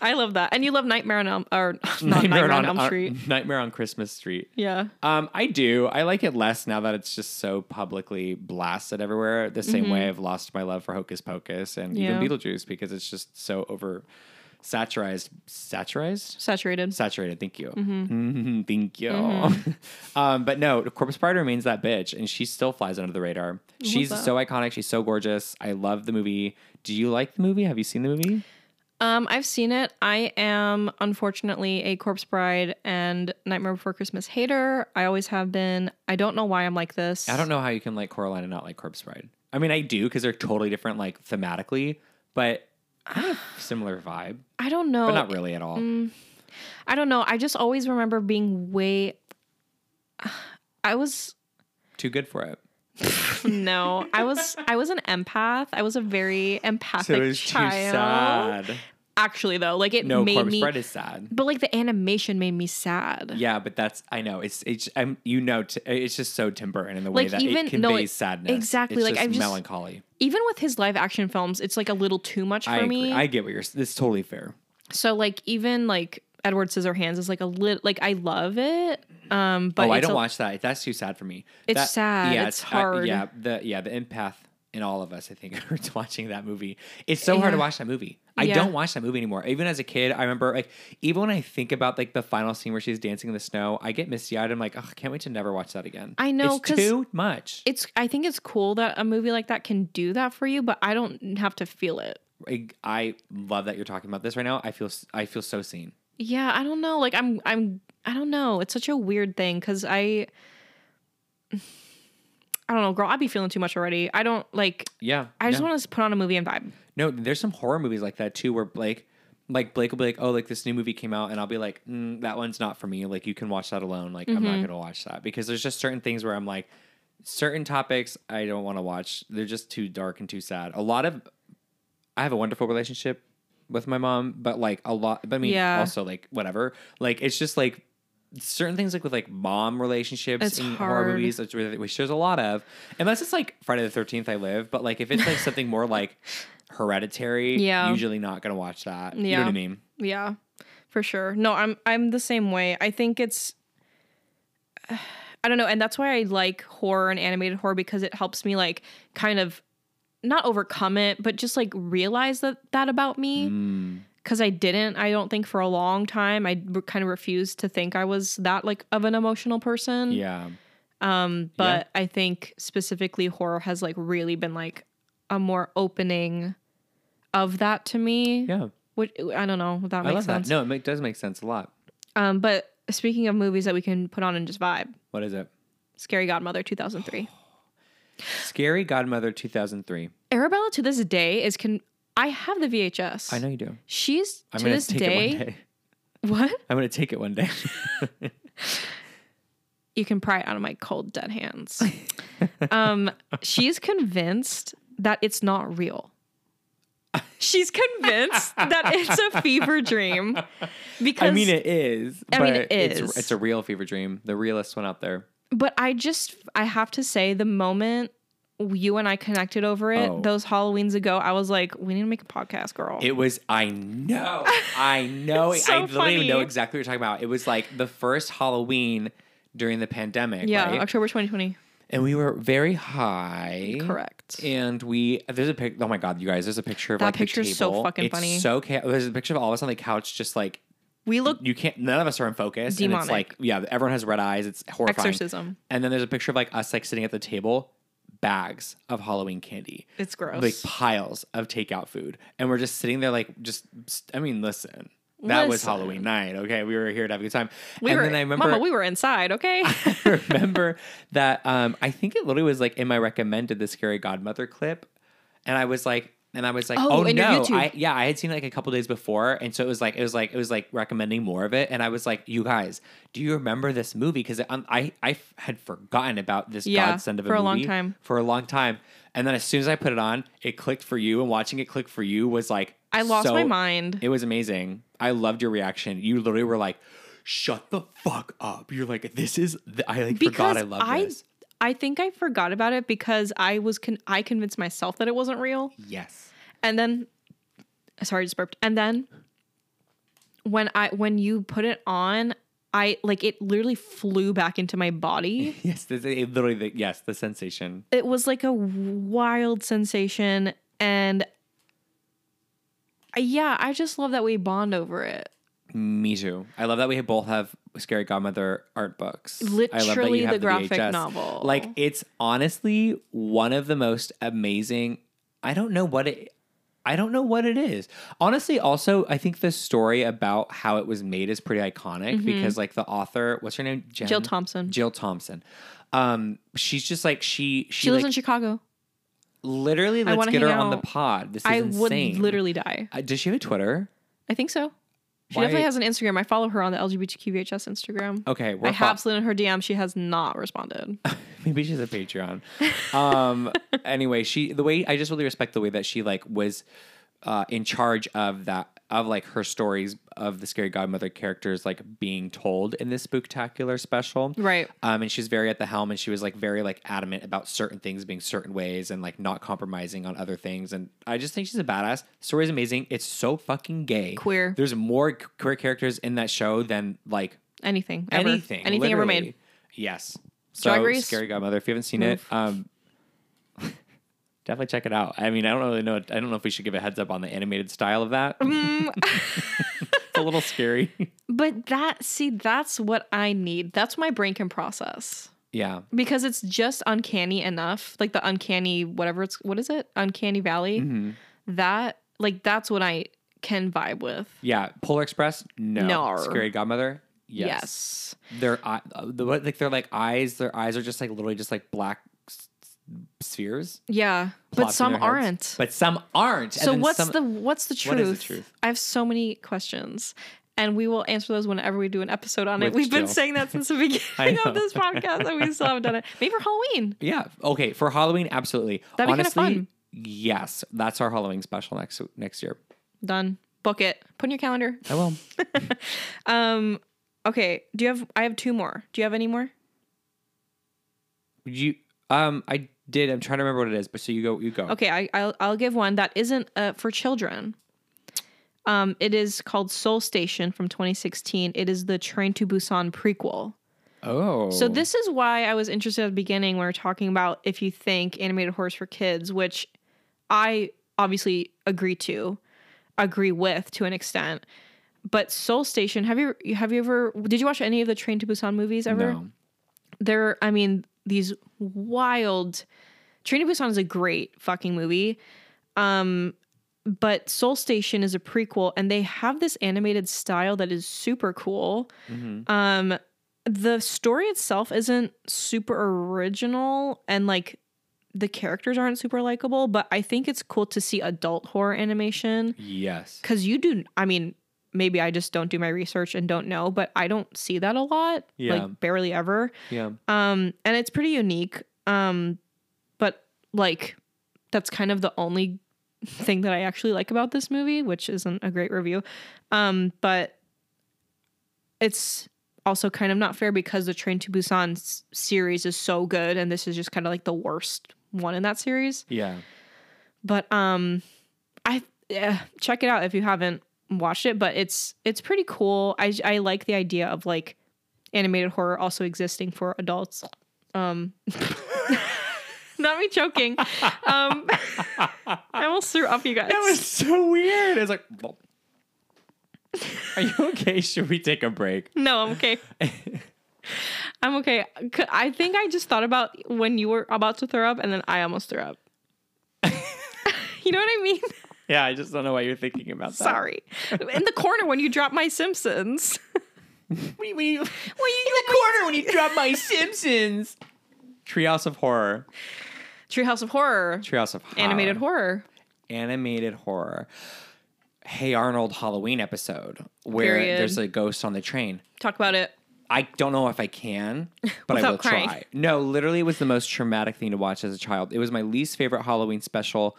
Speaker 2: I love that. And you love Nightmare on Elm or not Nightmare, on, Elm Street.
Speaker 3: Nightmare on Christmas Street.
Speaker 2: yeah.
Speaker 3: Um, I do. I like it less now that it's just so publicly blasted everywhere. The same way I've lost my love for Hocus Pocus and
Speaker 2: Mm-hmm. Yeah.
Speaker 3: even Beetlejuice because it's just so over satirized. Satirized?
Speaker 2: Saturated.
Speaker 3: Saturated. Thank you.
Speaker 2: Mm-hmm.
Speaker 3: Mhm, Thank you. um, but no, Corpus Bride remains that bitch, and she still flies under the radar. She's
Speaker 2: that.
Speaker 3: so iconic. She's so gorgeous. I love the movie. Do you like the movie? Have you seen the movie?
Speaker 2: Um, I've seen it. I am unfortunately a Corpse Bride and Nightmare Before Christmas hater. I always have been. I don't know why I'm like this.
Speaker 3: I don't know how you can like Coraline and not like Corpse Bride. I mean, I do because they're totally different, like thematically, but kind of similar vibe,
Speaker 2: I don't know.
Speaker 3: but not really at all.
Speaker 2: mm, I don't know. I just always remember being way. I was
Speaker 3: Too good for it.
Speaker 2: no. I was I was an empath. I was a very empathic child. Actually, though, like it
Speaker 3: No,
Speaker 2: made
Speaker 3: Corpse
Speaker 2: me.
Speaker 3: Bride is sad.
Speaker 2: but like the animation made me sad.
Speaker 3: Yeah, but that's I know it's it's I'm you know t- it's just so Tim Burton in the way
Speaker 2: Like,
Speaker 3: that
Speaker 2: even-
Speaker 3: it
Speaker 2: no,
Speaker 3: conveys
Speaker 2: it-
Speaker 3: sadness.
Speaker 2: exactly,
Speaker 3: It's
Speaker 2: like,
Speaker 3: just
Speaker 2: I've just-
Speaker 3: melancholy.
Speaker 2: Even with his live action films, it's like a little too much for
Speaker 3: I agree.
Speaker 2: me.
Speaker 3: I get what you're. s- It's totally fair.
Speaker 2: So like even like Edward Scissorhands is like a lit like I love it. Um but
Speaker 3: oh, I
Speaker 2: it's
Speaker 3: don't
Speaker 2: a-
Speaker 3: watch that. That's too sad for me.
Speaker 2: It's
Speaker 3: That-
Speaker 2: sad.
Speaker 3: Yeah,
Speaker 2: It's
Speaker 3: uh,
Speaker 2: hard.
Speaker 3: yeah, the yeah the empath in all of us. I think hurts watching that movie. It's so hard to
Speaker 2: Yeah.
Speaker 3: watch that movie. I
Speaker 2: Yeah.
Speaker 3: don't watch that movie anymore. Even as a kid, I remember like even when I think about like the final scene where she's dancing in the snow, I get misty eyed. I'm like, oh, I can't wait to never watch that again.
Speaker 2: I know,
Speaker 3: it's
Speaker 2: 'cause
Speaker 3: too much.
Speaker 2: it's I think it's cool that a movie like that can do that for you, but I don't have to feel it.
Speaker 3: I, I love that you're talking about this right now. I feel s- I feel so seen.
Speaker 2: Yeah, I don't know. Like I'm I'm I don't know. It's such a weird thing cuz I I don't know, girl. I'd be feeling too much already. I don't like
Speaker 3: Yeah,
Speaker 2: I just
Speaker 3: no.
Speaker 2: want to put on a movie and vibe.
Speaker 3: No, there's some horror movies like that too, where Blake, like Blake will be like, "Oh, like this new movie came out," and I'll be like, mm, "That one's not for me. Like you can watch that alone. Like I'm
Speaker 2: Mm-hmm.
Speaker 3: not gonna watch that because there's just certain things where I'm like, certain topics I don't want to watch. They're just too dark and too sad. A lot of, I have a wonderful relationship with my mom, but like a lot, but I mean
Speaker 2: Yeah.
Speaker 3: also like whatever. Like it's just like certain things like with like mom relationships
Speaker 2: It's
Speaker 3: in horror
Speaker 2: hard.
Speaker 3: movies which, which there's a lot of unless it's like friday the 13th i live but like if it's like something more like hereditary
Speaker 2: Yeah.
Speaker 3: usually not gonna watch that you know
Speaker 2: Yeah.
Speaker 3: what i mean
Speaker 2: Yeah, for sure. No, I'm I'm the same way. I think it's I don't know, and that's why I like horror and animated horror because it helps me like kind of not overcome it, but just like realize that that about me
Speaker 3: Mm.
Speaker 2: because I didn't. I don't think for a long time I re- kind of refused to think I was that like of an emotional person.
Speaker 3: yeah
Speaker 2: Um, but I think specifically horror has like really been like a more opening of that to me.
Speaker 3: yeah
Speaker 2: Which I don't know. If that
Speaker 3: i
Speaker 2: makes
Speaker 3: love
Speaker 2: sense.
Speaker 3: that no it make, does make sense a lot
Speaker 2: Um, but speaking of movies that we can put on and just vibe,
Speaker 3: what is it
Speaker 2: Scary Godmother 2003.
Speaker 3: scary godmother 2003
Speaker 2: Arabella to this day is can I have the VHS.
Speaker 3: i know you do
Speaker 2: She's
Speaker 3: i'm
Speaker 2: to
Speaker 3: gonna
Speaker 2: this
Speaker 3: take it
Speaker 2: day,
Speaker 3: one day
Speaker 2: What?
Speaker 3: i'm gonna take it one day
Speaker 2: You can pry it out of my cold dead hands. um, she is convinced that it's not real. She's convinced that it's a fever dream because
Speaker 3: i mean it is
Speaker 2: I mean,
Speaker 3: but
Speaker 2: it
Speaker 3: it's,
Speaker 2: is.
Speaker 3: it's a real fever dream the realest one out there
Speaker 2: But I just, I have to say, the moment you and I connected over it,
Speaker 3: Oh.
Speaker 2: those Halloweens ago, I was like, we need to make a podcast, girl.
Speaker 3: It was. I know. I know.
Speaker 2: So
Speaker 3: I literally
Speaker 2: funny.
Speaker 3: know exactly what you're talking about. It was like the first Halloween during the pandemic,
Speaker 2: yeah,
Speaker 3: right?
Speaker 2: October 2020.
Speaker 3: And we were very high.
Speaker 2: Correct.
Speaker 3: Mm-hmm. And we there's a pic. Oh my god, you guys! There's a picture of
Speaker 2: That
Speaker 3: like
Speaker 2: picture
Speaker 3: the
Speaker 2: is so
Speaker 3: table.
Speaker 2: fucking
Speaker 3: It's
Speaker 2: funny.
Speaker 3: So cha- there's a picture of all of us on the couch, just like
Speaker 2: We look
Speaker 3: you can't. None of us are in focus. And it's
Speaker 2: Demonic.
Speaker 3: like yeah, everyone has red eyes. It's horrifying.
Speaker 2: exorcism.
Speaker 3: And then there's a picture of like us like sitting at the table, bags of Halloween candy
Speaker 2: It's gross.
Speaker 3: like piles of takeout food and we're just sitting there like just i mean listen that was
Speaker 2: Listen.
Speaker 3: halloween night okay we were here to have a good time
Speaker 2: we
Speaker 3: and
Speaker 2: were,
Speaker 3: then i remember
Speaker 2: Mama, we were inside, okay?
Speaker 3: I remember that um i think it literally was like in my recommended the scary godmother clip and i was like and i was like
Speaker 2: Oh,
Speaker 3: oh,
Speaker 2: in your
Speaker 3: no
Speaker 2: YouTube.
Speaker 3: i yeah i had seen it, like a couple days before and so it was like it was like it was like recommending more of it and i was like you guys do you remember this movie because um, i i f- had forgotten about this
Speaker 2: Yeah,
Speaker 3: godsend of a
Speaker 2: for a long
Speaker 3: movie
Speaker 2: time.
Speaker 3: for a long time and then as soon as i put it on it clicked for you and watching it click for you was like
Speaker 2: I lost
Speaker 3: so-
Speaker 2: my mind.
Speaker 3: it was amazing. I loved your reaction. You literally were like, "Shut the fuck up." You're like, "This is th- I like
Speaker 2: because
Speaker 3: forgot I love
Speaker 2: I,
Speaker 3: this."
Speaker 2: I think I forgot about it because I was con- I convinced myself that it wasn't real.
Speaker 3: Yes.
Speaker 2: And then sorry, I just burped. And then when I when you put it on, I like it literally flew back into my body.
Speaker 3: Yes. This, it literally, the, yes, the sensation.
Speaker 2: it was like a wild sensation and I- yeah, I just love that we bond over it.
Speaker 3: Me too. I love that we both have Scary Godmother art books. I love that
Speaker 2: Literally
Speaker 3: you have
Speaker 2: the graphic
Speaker 3: VHS.
Speaker 2: novel.
Speaker 3: Like it's honestly one of the most amazing. I don't know what it. I don't know what it is. Honestly, also, I think the story about how it was made is pretty iconic because, like, the author, what's her name? Jen?
Speaker 2: Mm-hmm. Jill Thompson.
Speaker 3: Jill Thompson. Um, she's just like she. She,
Speaker 2: She lives
Speaker 3: like,
Speaker 2: in Chicago.
Speaker 3: literally. Let's
Speaker 2: wanna
Speaker 3: get her
Speaker 2: hang
Speaker 3: on the
Speaker 2: out.
Speaker 3: pod. This is
Speaker 2: I would
Speaker 3: insane.
Speaker 2: literally die.
Speaker 3: Uh, does she have a Twitter?
Speaker 2: I think so. She
Speaker 3: Why-
Speaker 2: definitely has an Instagram. I follow her on the LGBTQVHS Instagram.
Speaker 3: Okay,
Speaker 2: I
Speaker 3: we're fo-
Speaker 2: have slid in her DM. She has not responded.
Speaker 3: Maybe she's a Patreon. Um, anyway, she the way I just really respect the way that she like was uh, in charge of that of like her stories of the scary godmother characters like being told in this spooktacular special.
Speaker 2: Right.
Speaker 3: Um, and she's very at the helm and she was like very like adamant about certain things being certain ways and like not compromising on other things. And I just think she's a badass. Story's amazing. It's so fucking gay.
Speaker 2: Queer.
Speaker 3: There's more c- queer characters in that show than like
Speaker 2: Anything. Ever.
Speaker 3: anything,
Speaker 2: Anything ever made.
Speaker 3: literally. Yes. So
Speaker 2: Drag Race?
Speaker 3: scary godmother. If you haven't seen it, um, definitely check it out. I mean, I don't really know. I don't know if we should give a heads up on the animated style of that. it's a little scary.
Speaker 2: Mm, But that, see, that's what I need. That's what my brain can process.
Speaker 3: yeah.
Speaker 2: because it's just uncanny enough like the uncanny whatever it's what is it uncanny valley
Speaker 3: Mm-hmm.
Speaker 2: that like that's what i can vibe with
Speaker 3: Yeah. Polar Express. No.
Speaker 2: No.
Speaker 3: Scary godmother. Yes.
Speaker 2: yes,
Speaker 3: Their eye, uh, the, what- like their like eyes. Their eyes are just like literally just like black s- s- spheres.
Speaker 2: yeah but
Speaker 3: plopped in
Speaker 2: some
Speaker 3: their heads.
Speaker 2: aren't
Speaker 3: But some aren't. And
Speaker 2: so
Speaker 3: then
Speaker 2: what's
Speaker 3: some-
Speaker 2: the what's the truth
Speaker 3: What is the truth?
Speaker 2: i have so many questions and we will answer those whenever we do an episode on it
Speaker 3: With
Speaker 2: we've been
Speaker 3: Jill.
Speaker 2: saying that since the beginning
Speaker 3: know.
Speaker 2: of this podcast and we still haven't done it maybe for halloween
Speaker 3: Yeah. Okay. For Halloween, absolutely.
Speaker 2: That'd be kinda
Speaker 3: Honestly,
Speaker 2: fun.
Speaker 3: Yes, that's our Halloween special next next year.
Speaker 2: done book it put in your calendar Um,
Speaker 3: I will.
Speaker 2: okay do you have i have two more do you have any more
Speaker 3: you um I did. I'm trying to remember what it is, but so you go. You go.
Speaker 2: Okay, I, I'll, I'll give one that isn't uh, for children. Um, it is called Soul Station from 2016. It is the Train to Busan prequel.
Speaker 3: Oh.
Speaker 2: So this is why I was interested at the beginning when we were talking about if you think animated horrors for kids, which I obviously agree to, agree with to an extent. But Soul Station, have you have you ever did you watch any of the Train to Busan movies ever?
Speaker 3: No.
Speaker 2: They're I mean these wild Train to Busan is a great fucking movie. Um but Soul Station is a prequel and they have this animated style that is super cool.
Speaker 3: Mm-hmm.
Speaker 2: Um the story itself isn't super original and like the characters aren't super likable, but I think it's cool to see adult horror animation
Speaker 3: Yes.
Speaker 2: cuz you do I mean maybe I just don't do my research and don't know, but I don't see that a lot,
Speaker 3: Yeah.
Speaker 2: like barely ever
Speaker 3: Yeah.
Speaker 2: um and it's pretty unique um but like that's kind of the only thing that i actually like about this movie which isn't a great review um but it's also kind of not fair because the train to busan s- series is so good and this is just kind of like the worst one in that series
Speaker 3: Yeah.
Speaker 2: but um i eh, check it out if you haven't watched it but it's it's pretty cool i i like the idea of like animated horror also existing for adults um not me joking um i almost threw up you guys
Speaker 3: That was so weird. It's like. well, Are you okay? Should we take a break?
Speaker 2: no i'm okay i'm okay C- i think i just thought about when you were about to throw up and then i almost threw up you know what i mean
Speaker 3: Yeah, I just don't know why you're thinking about that.
Speaker 2: sorry in the corner when you drop my simpsons
Speaker 3: What do you mean? in the corner when you drop my Simpsons. Treehouse of Horror.
Speaker 2: Treehouse of Horror,
Speaker 3: Treehouse of Horror.
Speaker 2: animated horror.
Speaker 3: animated horror. Hey Arnold Halloween episode where
Speaker 2: Period.
Speaker 3: there's a ghost on the train.
Speaker 2: Talk about it.
Speaker 3: I don't know if I can, but I
Speaker 2: Without
Speaker 3: will
Speaker 2: crying.
Speaker 3: try. No, literally, it was the most traumatic thing to watch as a child. It was my least favorite Halloween special.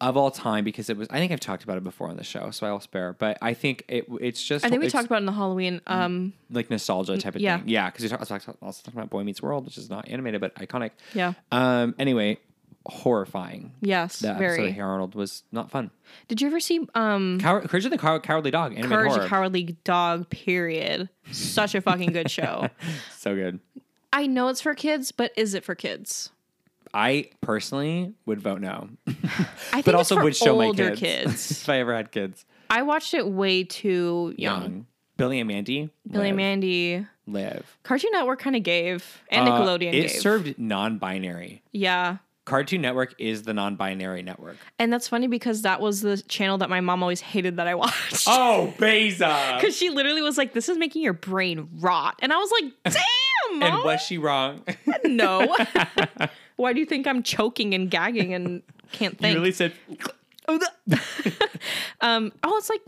Speaker 3: of all time because it was. I think I've talked about it before on the show, so I'll spare. But I think it it's just.
Speaker 2: I think we
Speaker 3: it's Mm.
Speaker 2: talked about it in the Halloween. Um,
Speaker 3: like nostalgia type of
Speaker 2: yeah.
Speaker 3: thing. Yeah, because we talk, I was talk- also talking about Boy Meets World, which is not animated but iconic.
Speaker 2: Yeah.
Speaker 3: Um. Anyway, horrifying.
Speaker 2: yes,
Speaker 3: That episode
Speaker 2: very.
Speaker 3: of Harold was not fun.
Speaker 2: Did you ever see um,
Speaker 3: Cow- Courage of the Cow- Cowardly Dog. Animated
Speaker 2: Courage the
Speaker 3: horror.
Speaker 2: Cowardly Dog? Period. Such a fucking good show.
Speaker 3: so good.
Speaker 2: I know it's for kids, but is it for kids?
Speaker 3: I personally would vote no,
Speaker 2: I think
Speaker 3: but
Speaker 2: it's
Speaker 3: also
Speaker 2: for
Speaker 3: would show my
Speaker 2: older
Speaker 3: kids, if I ever had kids.
Speaker 2: I watched it way too young.
Speaker 3: Young. Billy and Mandy.
Speaker 2: Billy
Speaker 3: live,
Speaker 2: and Mandy,
Speaker 3: live.
Speaker 2: Cartoon Network kind of gave, and
Speaker 3: Uh,
Speaker 2: Nickelodeon
Speaker 3: it
Speaker 2: gave.
Speaker 3: served non-binary.
Speaker 2: yeah.
Speaker 3: Cartoon Network is the non-binary network.
Speaker 2: And that's funny because that was the channel that my mom always hated that I watched.
Speaker 3: Oh, Beza.
Speaker 2: Because she literally was like, this is making your brain rot. And I was like, damn,
Speaker 3: and
Speaker 2: mom,
Speaker 3: was she wrong?
Speaker 2: no. Why do you think I'm choking and gagging and can't
Speaker 3: you
Speaker 2: think?
Speaker 3: really said
Speaker 2: Oh, the- um, oh, it's like,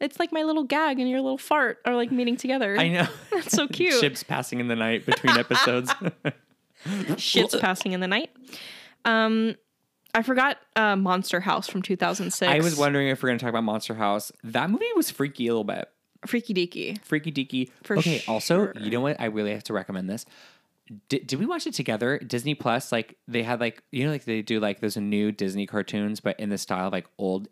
Speaker 2: it's like my little gag and your little fart are like meeting together.
Speaker 3: I know.
Speaker 2: That's so cute.
Speaker 3: Ships passing in the night between episodes.
Speaker 2: Shit's passing in the night. Um, I forgot uh, Monster House from 2006.
Speaker 3: I was wondering if we're going to talk about Monster House. That movie was freaky a little bit.
Speaker 2: Freaky Deaky.
Speaker 3: Freaky deaky.
Speaker 2: For
Speaker 3: okay, also,
Speaker 2: sure.
Speaker 3: you know what? I really have to recommend this. Did, did we watch it together? Disney Plus, like they had like you know like they do like those new Disney cartoons, but in the style of like old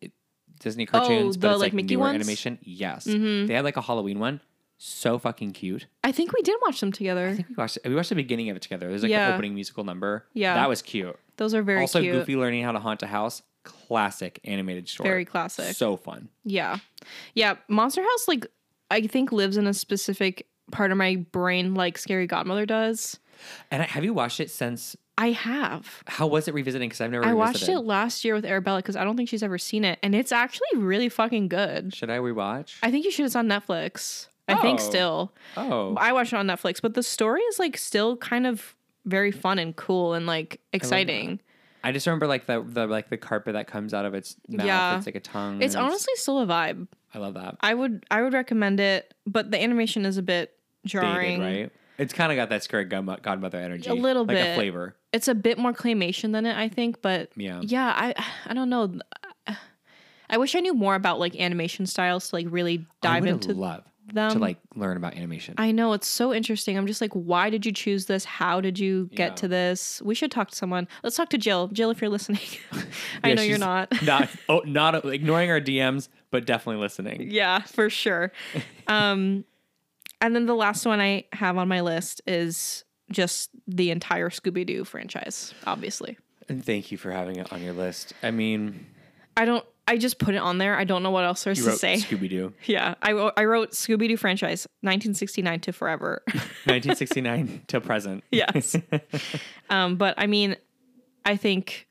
Speaker 3: Disney cartoons,
Speaker 2: the,
Speaker 3: but it's Oh,
Speaker 2: like,
Speaker 3: like Mm-hmm.
Speaker 2: Mickey
Speaker 3: newer
Speaker 2: ones?
Speaker 3: animation. Yes, they had like a Halloween one. So fucking cute.
Speaker 2: I think we did watch them together.
Speaker 3: I think we watched it. We watched the beginning of it together. There's like
Speaker 2: Yeah.
Speaker 3: the opening musical number.
Speaker 2: Yeah.
Speaker 3: that was cute.
Speaker 2: Those are very
Speaker 3: also,
Speaker 2: cute.
Speaker 3: Goofy learning how to haunt a house. Classic animated short.
Speaker 2: Very classic.
Speaker 3: So fun.
Speaker 2: Yeah. Yeah. Monster House, like, I think lives in a specific part of my brain, like Scary Godmother does.
Speaker 3: And I, have you watched it since?
Speaker 2: I have.
Speaker 3: How was it revisiting? Because I've never.
Speaker 2: I watched it
Speaker 3: revisited.
Speaker 2: last year with Arabella because I don't think she's ever seen it. And it's actually really fucking good.
Speaker 3: Should I rewatch?
Speaker 2: I think you should. It's on Netflix. I think
Speaker 3: Oh.
Speaker 2: still.
Speaker 3: oh,
Speaker 2: I watched it on Netflix, but the story is like still kind of very fun and cool and like exciting.
Speaker 3: I just remember like the, the like the carpet that comes out of its mouth.
Speaker 2: Yeah.
Speaker 3: It's like a tongue.
Speaker 2: It's
Speaker 3: and
Speaker 2: honestly still a vibe.
Speaker 3: I love that.
Speaker 2: I would I would recommend it, but the animation is a bit jarring.
Speaker 3: Dated, right? It's kind of got that scary godmo- godmother energy,
Speaker 2: A little
Speaker 3: like
Speaker 2: bit.
Speaker 3: a flavor.
Speaker 2: It's a bit more claymation than it, I think, but
Speaker 3: Yeah.
Speaker 2: yeah, I I don't know. I wish I knew more about like animation styles to like really
Speaker 3: I
Speaker 2: dive
Speaker 3: would
Speaker 2: into
Speaker 3: love to
Speaker 2: them.
Speaker 3: like learn about animation.
Speaker 2: I know it's so interesting. I'm just like, why did you choose this? How did you get
Speaker 3: Yeah.
Speaker 2: to this? We should talk to someone. Let's talk to Jill. Jill, if you're listening, I
Speaker 3: Yeah,
Speaker 2: know you're
Speaker 3: she's
Speaker 2: not.
Speaker 3: not oh, not ignoring our DMs, but definitely listening.
Speaker 2: yeah, for sure. Um, and then the last one I have on my list is just the entire Scooby Doo franchise. Obviously,
Speaker 3: And thank you for having it on your list. I mean,
Speaker 2: I don't. I just put it on there. I don't know what else there's
Speaker 3: you
Speaker 2: to
Speaker 3: wrote
Speaker 2: say.
Speaker 3: Scooby Doo,
Speaker 2: yeah, I, wo- I wrote Scooby Doo franchise 1969 to forever.
Speaker 3: 1969 till present.
Speaker 2: yes. um, but I mean, I think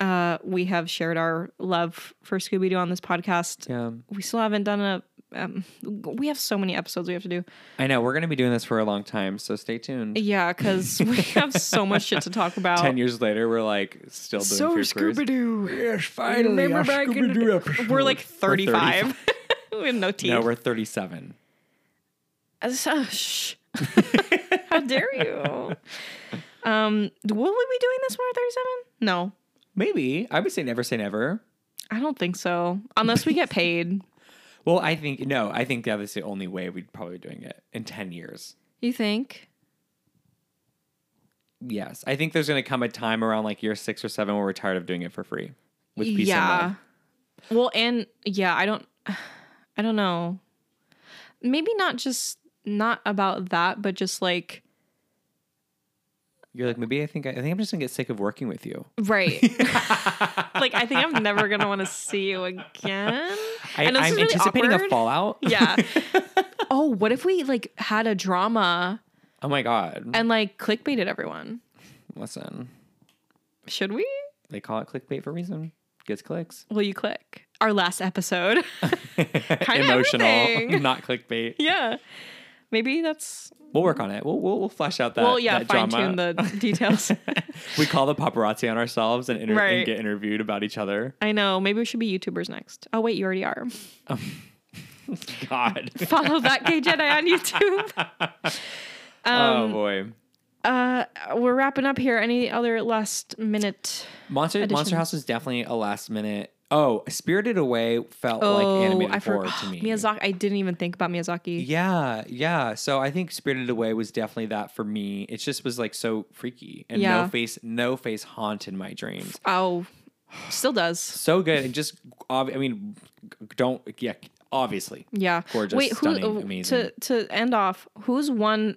Speaker 2: uh, we have shared our love for Scooby Doo on this podcast.
Speaker 3: Yeah.
Speaker 2: We still haven't done a. Um, we have so many episodes we have to do.
Speaker 3: I know we're gonna be doing this for a long time, so stay tuned.
Speaker 2: Yeah, because we have so much shit to talk about.
Speaker 3: Ten years later, we're like still doing.
Speaker 2: so
Speaker 3: food crews.
Speaker 2: Scooby Doo.
Speaker 1: Yes, finally,
Speaker 2: Remember back in the day- we're like 35. we have no teeth.
Speaker 3: No, we're 37.
Speaker 2: Uh, so- shh. How dare you? Um, will we be doing this when we're 37? No,
Speaker 3: Maybe. I would say never say never.
Speaker 2: I don't think so. Unless we get paid.
Speaker 3: Well, I think, no, I think that is the only way we'd probably be doing it in 10 years.
Speaker 2: You think?
Speaker 3: Yes. I think there's going to come a time around like year six or seven where we're tired of doing it for free with peace and love.
Speaker 2: Well, and yeah, I don't I don't know. Maybe not just not about that, but just like
Speaker 3: You're like, maybe I think, I think I'm just going to get sick of working with you.
Speaker 2: right. like I think I'm never gonna want to see you again.
Speaker 3: I,
Speaker 2: know this
Speaker 3: I'm
Speaker 2: is really
Speaker 3: anticipating a
Speaker 2: awkward.
Speaker 3: fallout.
Speaker 2: Yeah. oh, what if we like had a drama
Speaker 3: Oh my God.
Speaker 2: and like clickbaited everyone?
Speaker 3: Listen,
Speaker 2: Should we?
Speaker 3: they call it clickbait for a reason. Gets clicks.
Speaker 2: Will you click? Our last episode.
Speaker 3: Emotional,
Speaker 2: everything.
Speaker 3: not clickbait.
Speaker 2: yeah. Maybe that's
Speaker 3: We'll work on it. We'll we'll, we'll flesh out that.
Speaker 2: well, yeah,
Speaker 3: that
Speaker 2: fine
Speaker 3: drama.
Speaker 2: tune the details.
Speaker 3: we call the paparazzi on ourselves and, inter-
Speaker 2: Right.
Speaker 3: and get interviewed about each other.
Speaker 2: I know. Maybe we should be YouTubers next. Oh wait, you already are.
Speaker 3: God.
Speaker 2: Follow that gay Jedi on YouTube.
Speaker 3: oh boy.
Speaker 2: uh, we're wrapping up here. Any other last minute?
Speaker 3: Monster Monster House is definitely a last minute. Oh, Spirited Away felt like
Speaker 2: Oh,
Speaker 3: animated
Speaker 2: I
Speaker 3: horror
Speaker 2: forgot
Speaker 3: to me.
Speaker 2: Miyazaki. I didn't even think about Miyazaki.
Speaker 3: Yeah, yeah. So I think Spirited Away was definitely that for me. It just was like so freaky and no
Speaker 2: Yeah.
Speaker 3: face, no face haunted my dreams.
Speaker 2: Oh, still does.
Speaker 3: So good and just, ob- I mean, g- don't yeah, obviously.
Speaker 2: Yeah.
Speaker 3: Gorgeous,
Speaker 2: Wait, who,
Speaker 3: stunning,
Speaker 2: uh,
Speaker 3: amazing.
Speaker 2: To to end off, who's one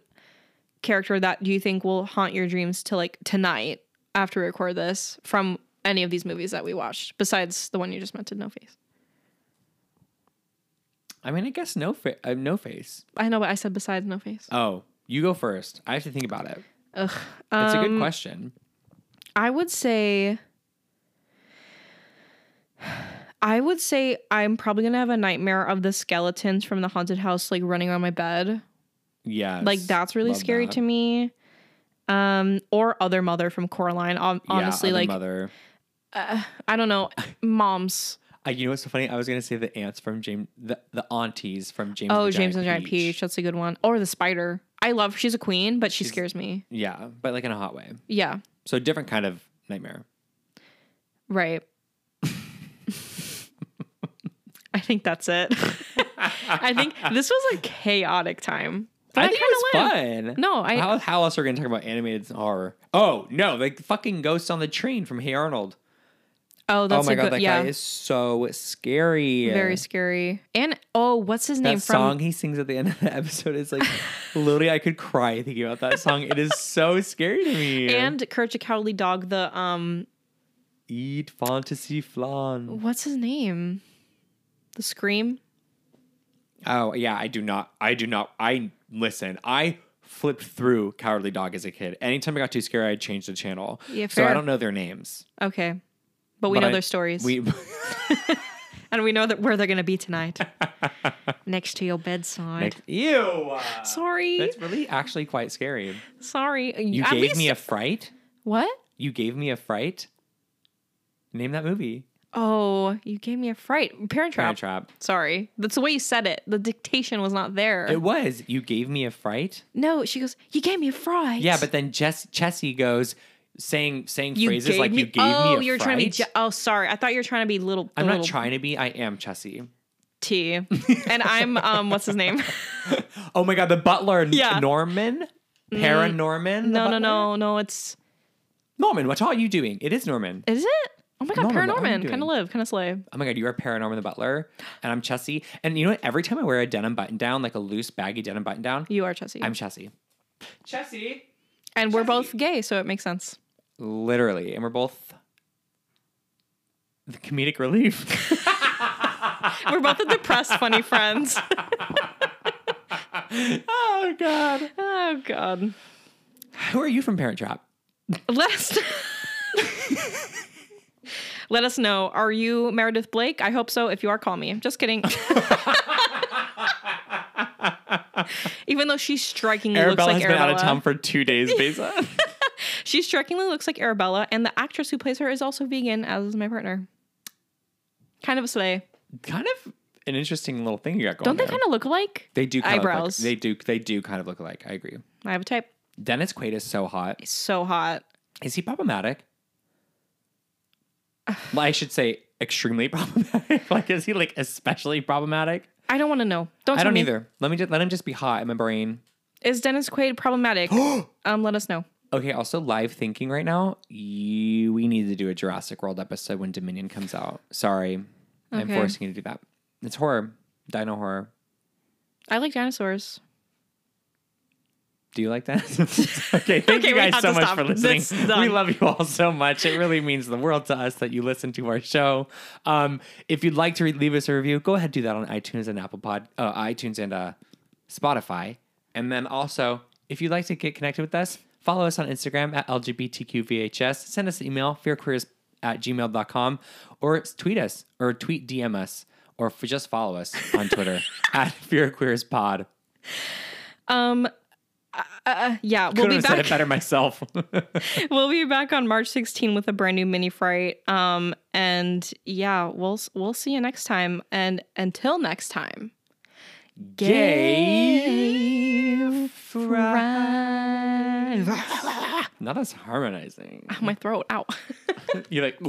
Speaker 2: character that you think will haunt your dreams to like tonight after we record this from any of these movies that we watched besides the one you just mentioned, No Face?
Speaker 3: I mean, I guess no, fa- uh, no face.
Speaker 2: I know, but I said besides No Face.
Speaker 3: Oh, you go first. I have to think about it.
Speaker 2: Ugh.
Speaker 3: It's a good
Speaker 2: Um,
Speaker 3: question.
Speaker 2: I would say I would say I'm probably gonna have a nightmare of the skeletons from the haunted house like running around my bed.
Speaker 3: Yeah,
Speaker 2: Like that's really scary to me. Um, or other mother from Coraline. Hon- Honestly, like
Speaker 3: mother.
Speaker 2: I don't know, moms.
Speaker 3: Uh, you know what's so funny? I was gonna say the ants from James, the, the aunties from James.
Speaker 2: oh,
Speaker 3: the
Speaker 2: James and the
Speaker 3: Giant
Speaker 2: Giant Peach. That's a good one. Or the spider. I love. She's a queen, but she scares me.
Speaker 3: Yeah, but like in a hot way.
Speaker 2: Yeah.
Speaker 3: So different kind of nightmare.
Speaker 2: Right. I think that's it. I think this was a chaotic time. But
Speaker 3: I think
Speaker 2: kinda
Speaker 3: it was fun.
Speaker 2: went. No, I-
Speaker 3: How, how else are we gonna talk about animated horror? Oh no, like fucking ghost on the train from Hey Arnold.
Speaker 2: Oh, that's
Speaker 3: oh my
Speaker 2: a
Speaker 3: god,
Speaker 2: good.
Speaker 3: that
Speaker 2: yeah.
Speaker 3: guy is so scary.
Speaker 2: Very scary. And oh, what's his
Speaker 3: That
Speaker 2: name from?
Speaker 3: song he sings at the end of the episode is like, literally, I could cry thinking about that song. It is so scary to me.
Speaker 2: And Courage the Cowardly Dog. The um,
Speaker 3: eat fantasy flan.
Speaker 2: what's his name? The Scream.
Speaker 3: Oh yeah, I do not. I do not. I listen. I flipped through Cowardly Dog as a kid. Anytime I got too scared, I'd change the channel.
Speaker 2: Yeah,
Speaker 3: So I
Speaker 2: fair.
Speaker 3: don't know their names.
Speaker 2: Okay, but we
Speaker 3: but
Speaker 2: know
Speaker 3: I-
Speaker 2: their stories.
Speaker 3: We
Speaker 2: And we know that where they're going to be tonight. Next to your bedside.
Speaker 3: ew.
Speaker 2: Uh, sorry.
Speaker 3: That's really actually quite scary.
Speaker 2: sorry.
Speaker 3: You
Speaker 2: At
Speaker 3: gave
Speaker 2: least-
Speaker 3: me a fright.
Speaker 2: What?
Speaker 3: You gave me a fright. Name that movie.
Speaker 2: Oh, you gave me a fright. Parent Trap.
Speaker 3: Parent Trap.
Speaker 2: Sorry. That's the way you said it. The dictation was not there.
Speaker 3: It was. You gave me a fright.
Speaker 2: no, she goes, You gave me a fright.
Speaker 3: Yeah, but then Jess Chessie goes saying saying
Speaker 2: you
Speaker 3: phrases
Speaker 2: gave
Speaker 3: like
Speaker 2: me,
Speaker 3: you gave me
Speaker 2: oh,
Speaker 3: a
Speaker 2: you were
Speaker 3: fright.
Speaker 2: trying to Oh. be. Je- oh, sorry. I thought you were trying to be little.
Speaker 3: I'm
Speaker 2: the
Speaker 3: not
Speaker 2: little
Speaker 3: trying to be. I am Chessie.
Speaker 2: T. And I'm, um, what's his name?
Speaker 3: Oh my god, the butler N-
Speaker 2: Yeah. Mm.
Speaker 3: Norman? Paranorman? the
Speaker 2: no, no,
Speaker 3: butler?
Speaker 2: no, no. It's,
Speaker 3: Norman, what are you doing? It is Norman.
Speaker 2: is it? Oh my God,
Speaker 3: Norman, what are you
Speaker 2: Paranorman. Kind
Speaker 3: doing?
Speaker 2: of live, kind of slay.
Speaker 3: Oh my god, you are Paranorman the Butler. And I'm Chessie. And you know what? Every time I wear a denim button down, like a loose baggy denim button down,
Speaker 2: You are Chessie.
Speaker 3: I'm Chessie. Chessie?
Speaker 2: and we're both gay, so it makes sense.
Speaker 3: Literally. And we're both the comedic relief.
Speaker 2: We're both the depressed, funny friends.
Speaker 3: oh god.
Speaker 2: Oh God.
Speaker 3: Who are you from Parent Trap?
Speaker 2: Let us let us know. Are you Meredith Blake? I hope so. If you are, call me. Just kidding. Even though she strikingly
Speaker 3: Arabella has
Speaker 2: looks like
Speaker 3: been
Speaker 2: Arabella,
Speaker 3: out of town for two days, Beza.
Speaker 2: she strikingly looks like Arabella, and the actress who plays her is also vegan, as is my partner. Kind of a slay.
Speaker 3: kind of an interesting little thing you got going
Speaker 2: Don't they
Speaker 3: there.
Speaker 2: kind of look alike?
Speaker 3: They do kind
Speaker 2: Eyebrows.
Speaker 3: Of look like, they do. They do kind of look alike. I agree.
Speaker 2: I have a type.
Speaker 3: Dennis Quaid is so hot.
Speaker 2: So hot.
Speaker 3: Is he problematic? well, I should say extremely problematic. like, is he like especially problematic?
Speaker 2: I don't want to know. Don't.
Speaker 3: I
Speaker 2: tell
Speaker 3: don't
Speaker 2: me.
Speaker 3: either. Let me just let him just be hot in my brain.
Speaker 2: Is Dennis Quaid problematic? um, let us know.
Speaker 3: Okay. Also, live thinking right now. You, we need to do a Jurassic World episode when Dominion comes out. Sorry, I'm
Speaker 2: Okay.
Speaker 3: forcing you to do that. It's horror, dino horror.
Speaker 2: I like dinosaurs.
Speaker 3: Do you like that? okay, thank
Speaker 2: Okay,
Speaker 3: you
Speaker 2: we
Speaker 3: guys
Speaker 2: have
Speaker 3: so
Speaker 2: to
Speaker 3: much
Speaker 2: stop.
Speaker 3: for
Speaker 2: That's
Speaker 3: listening.
Speaker 2: done.
Speaker 3: We love you all so much. It really means the world to us that you listen to our show. Um, if you'd like to re- leave us a review, go ahead and do that on iTunes and Apple Pod, uh, iTunes and uh, Spotify. And then also, if you'd like to get connected with us, follow us on Instagram at LGBTQVHS. Send us an email, fearqueers at gmail.com, or tweet us, or tweet DM us, or f- just follow us on Twitter at fearqueerspod.
Speaker 2: Yeah, we'll
Speaker 3: Couldn't
Speaker 2: be
Speaker 3: have said it
Speaker 2: back.
Speaker 3: better myself.
Speaker 2: We'll be back on March 16 with a brand new mini fright. Um, and yeah, we'll s- we'll see you next time. And until next time,
Speaker 3: Gay
Speaker 2: Right.
Speaker 3: Not as harmonizing.
Speaker 2: My throat, ow.
Speaker 3: You're like,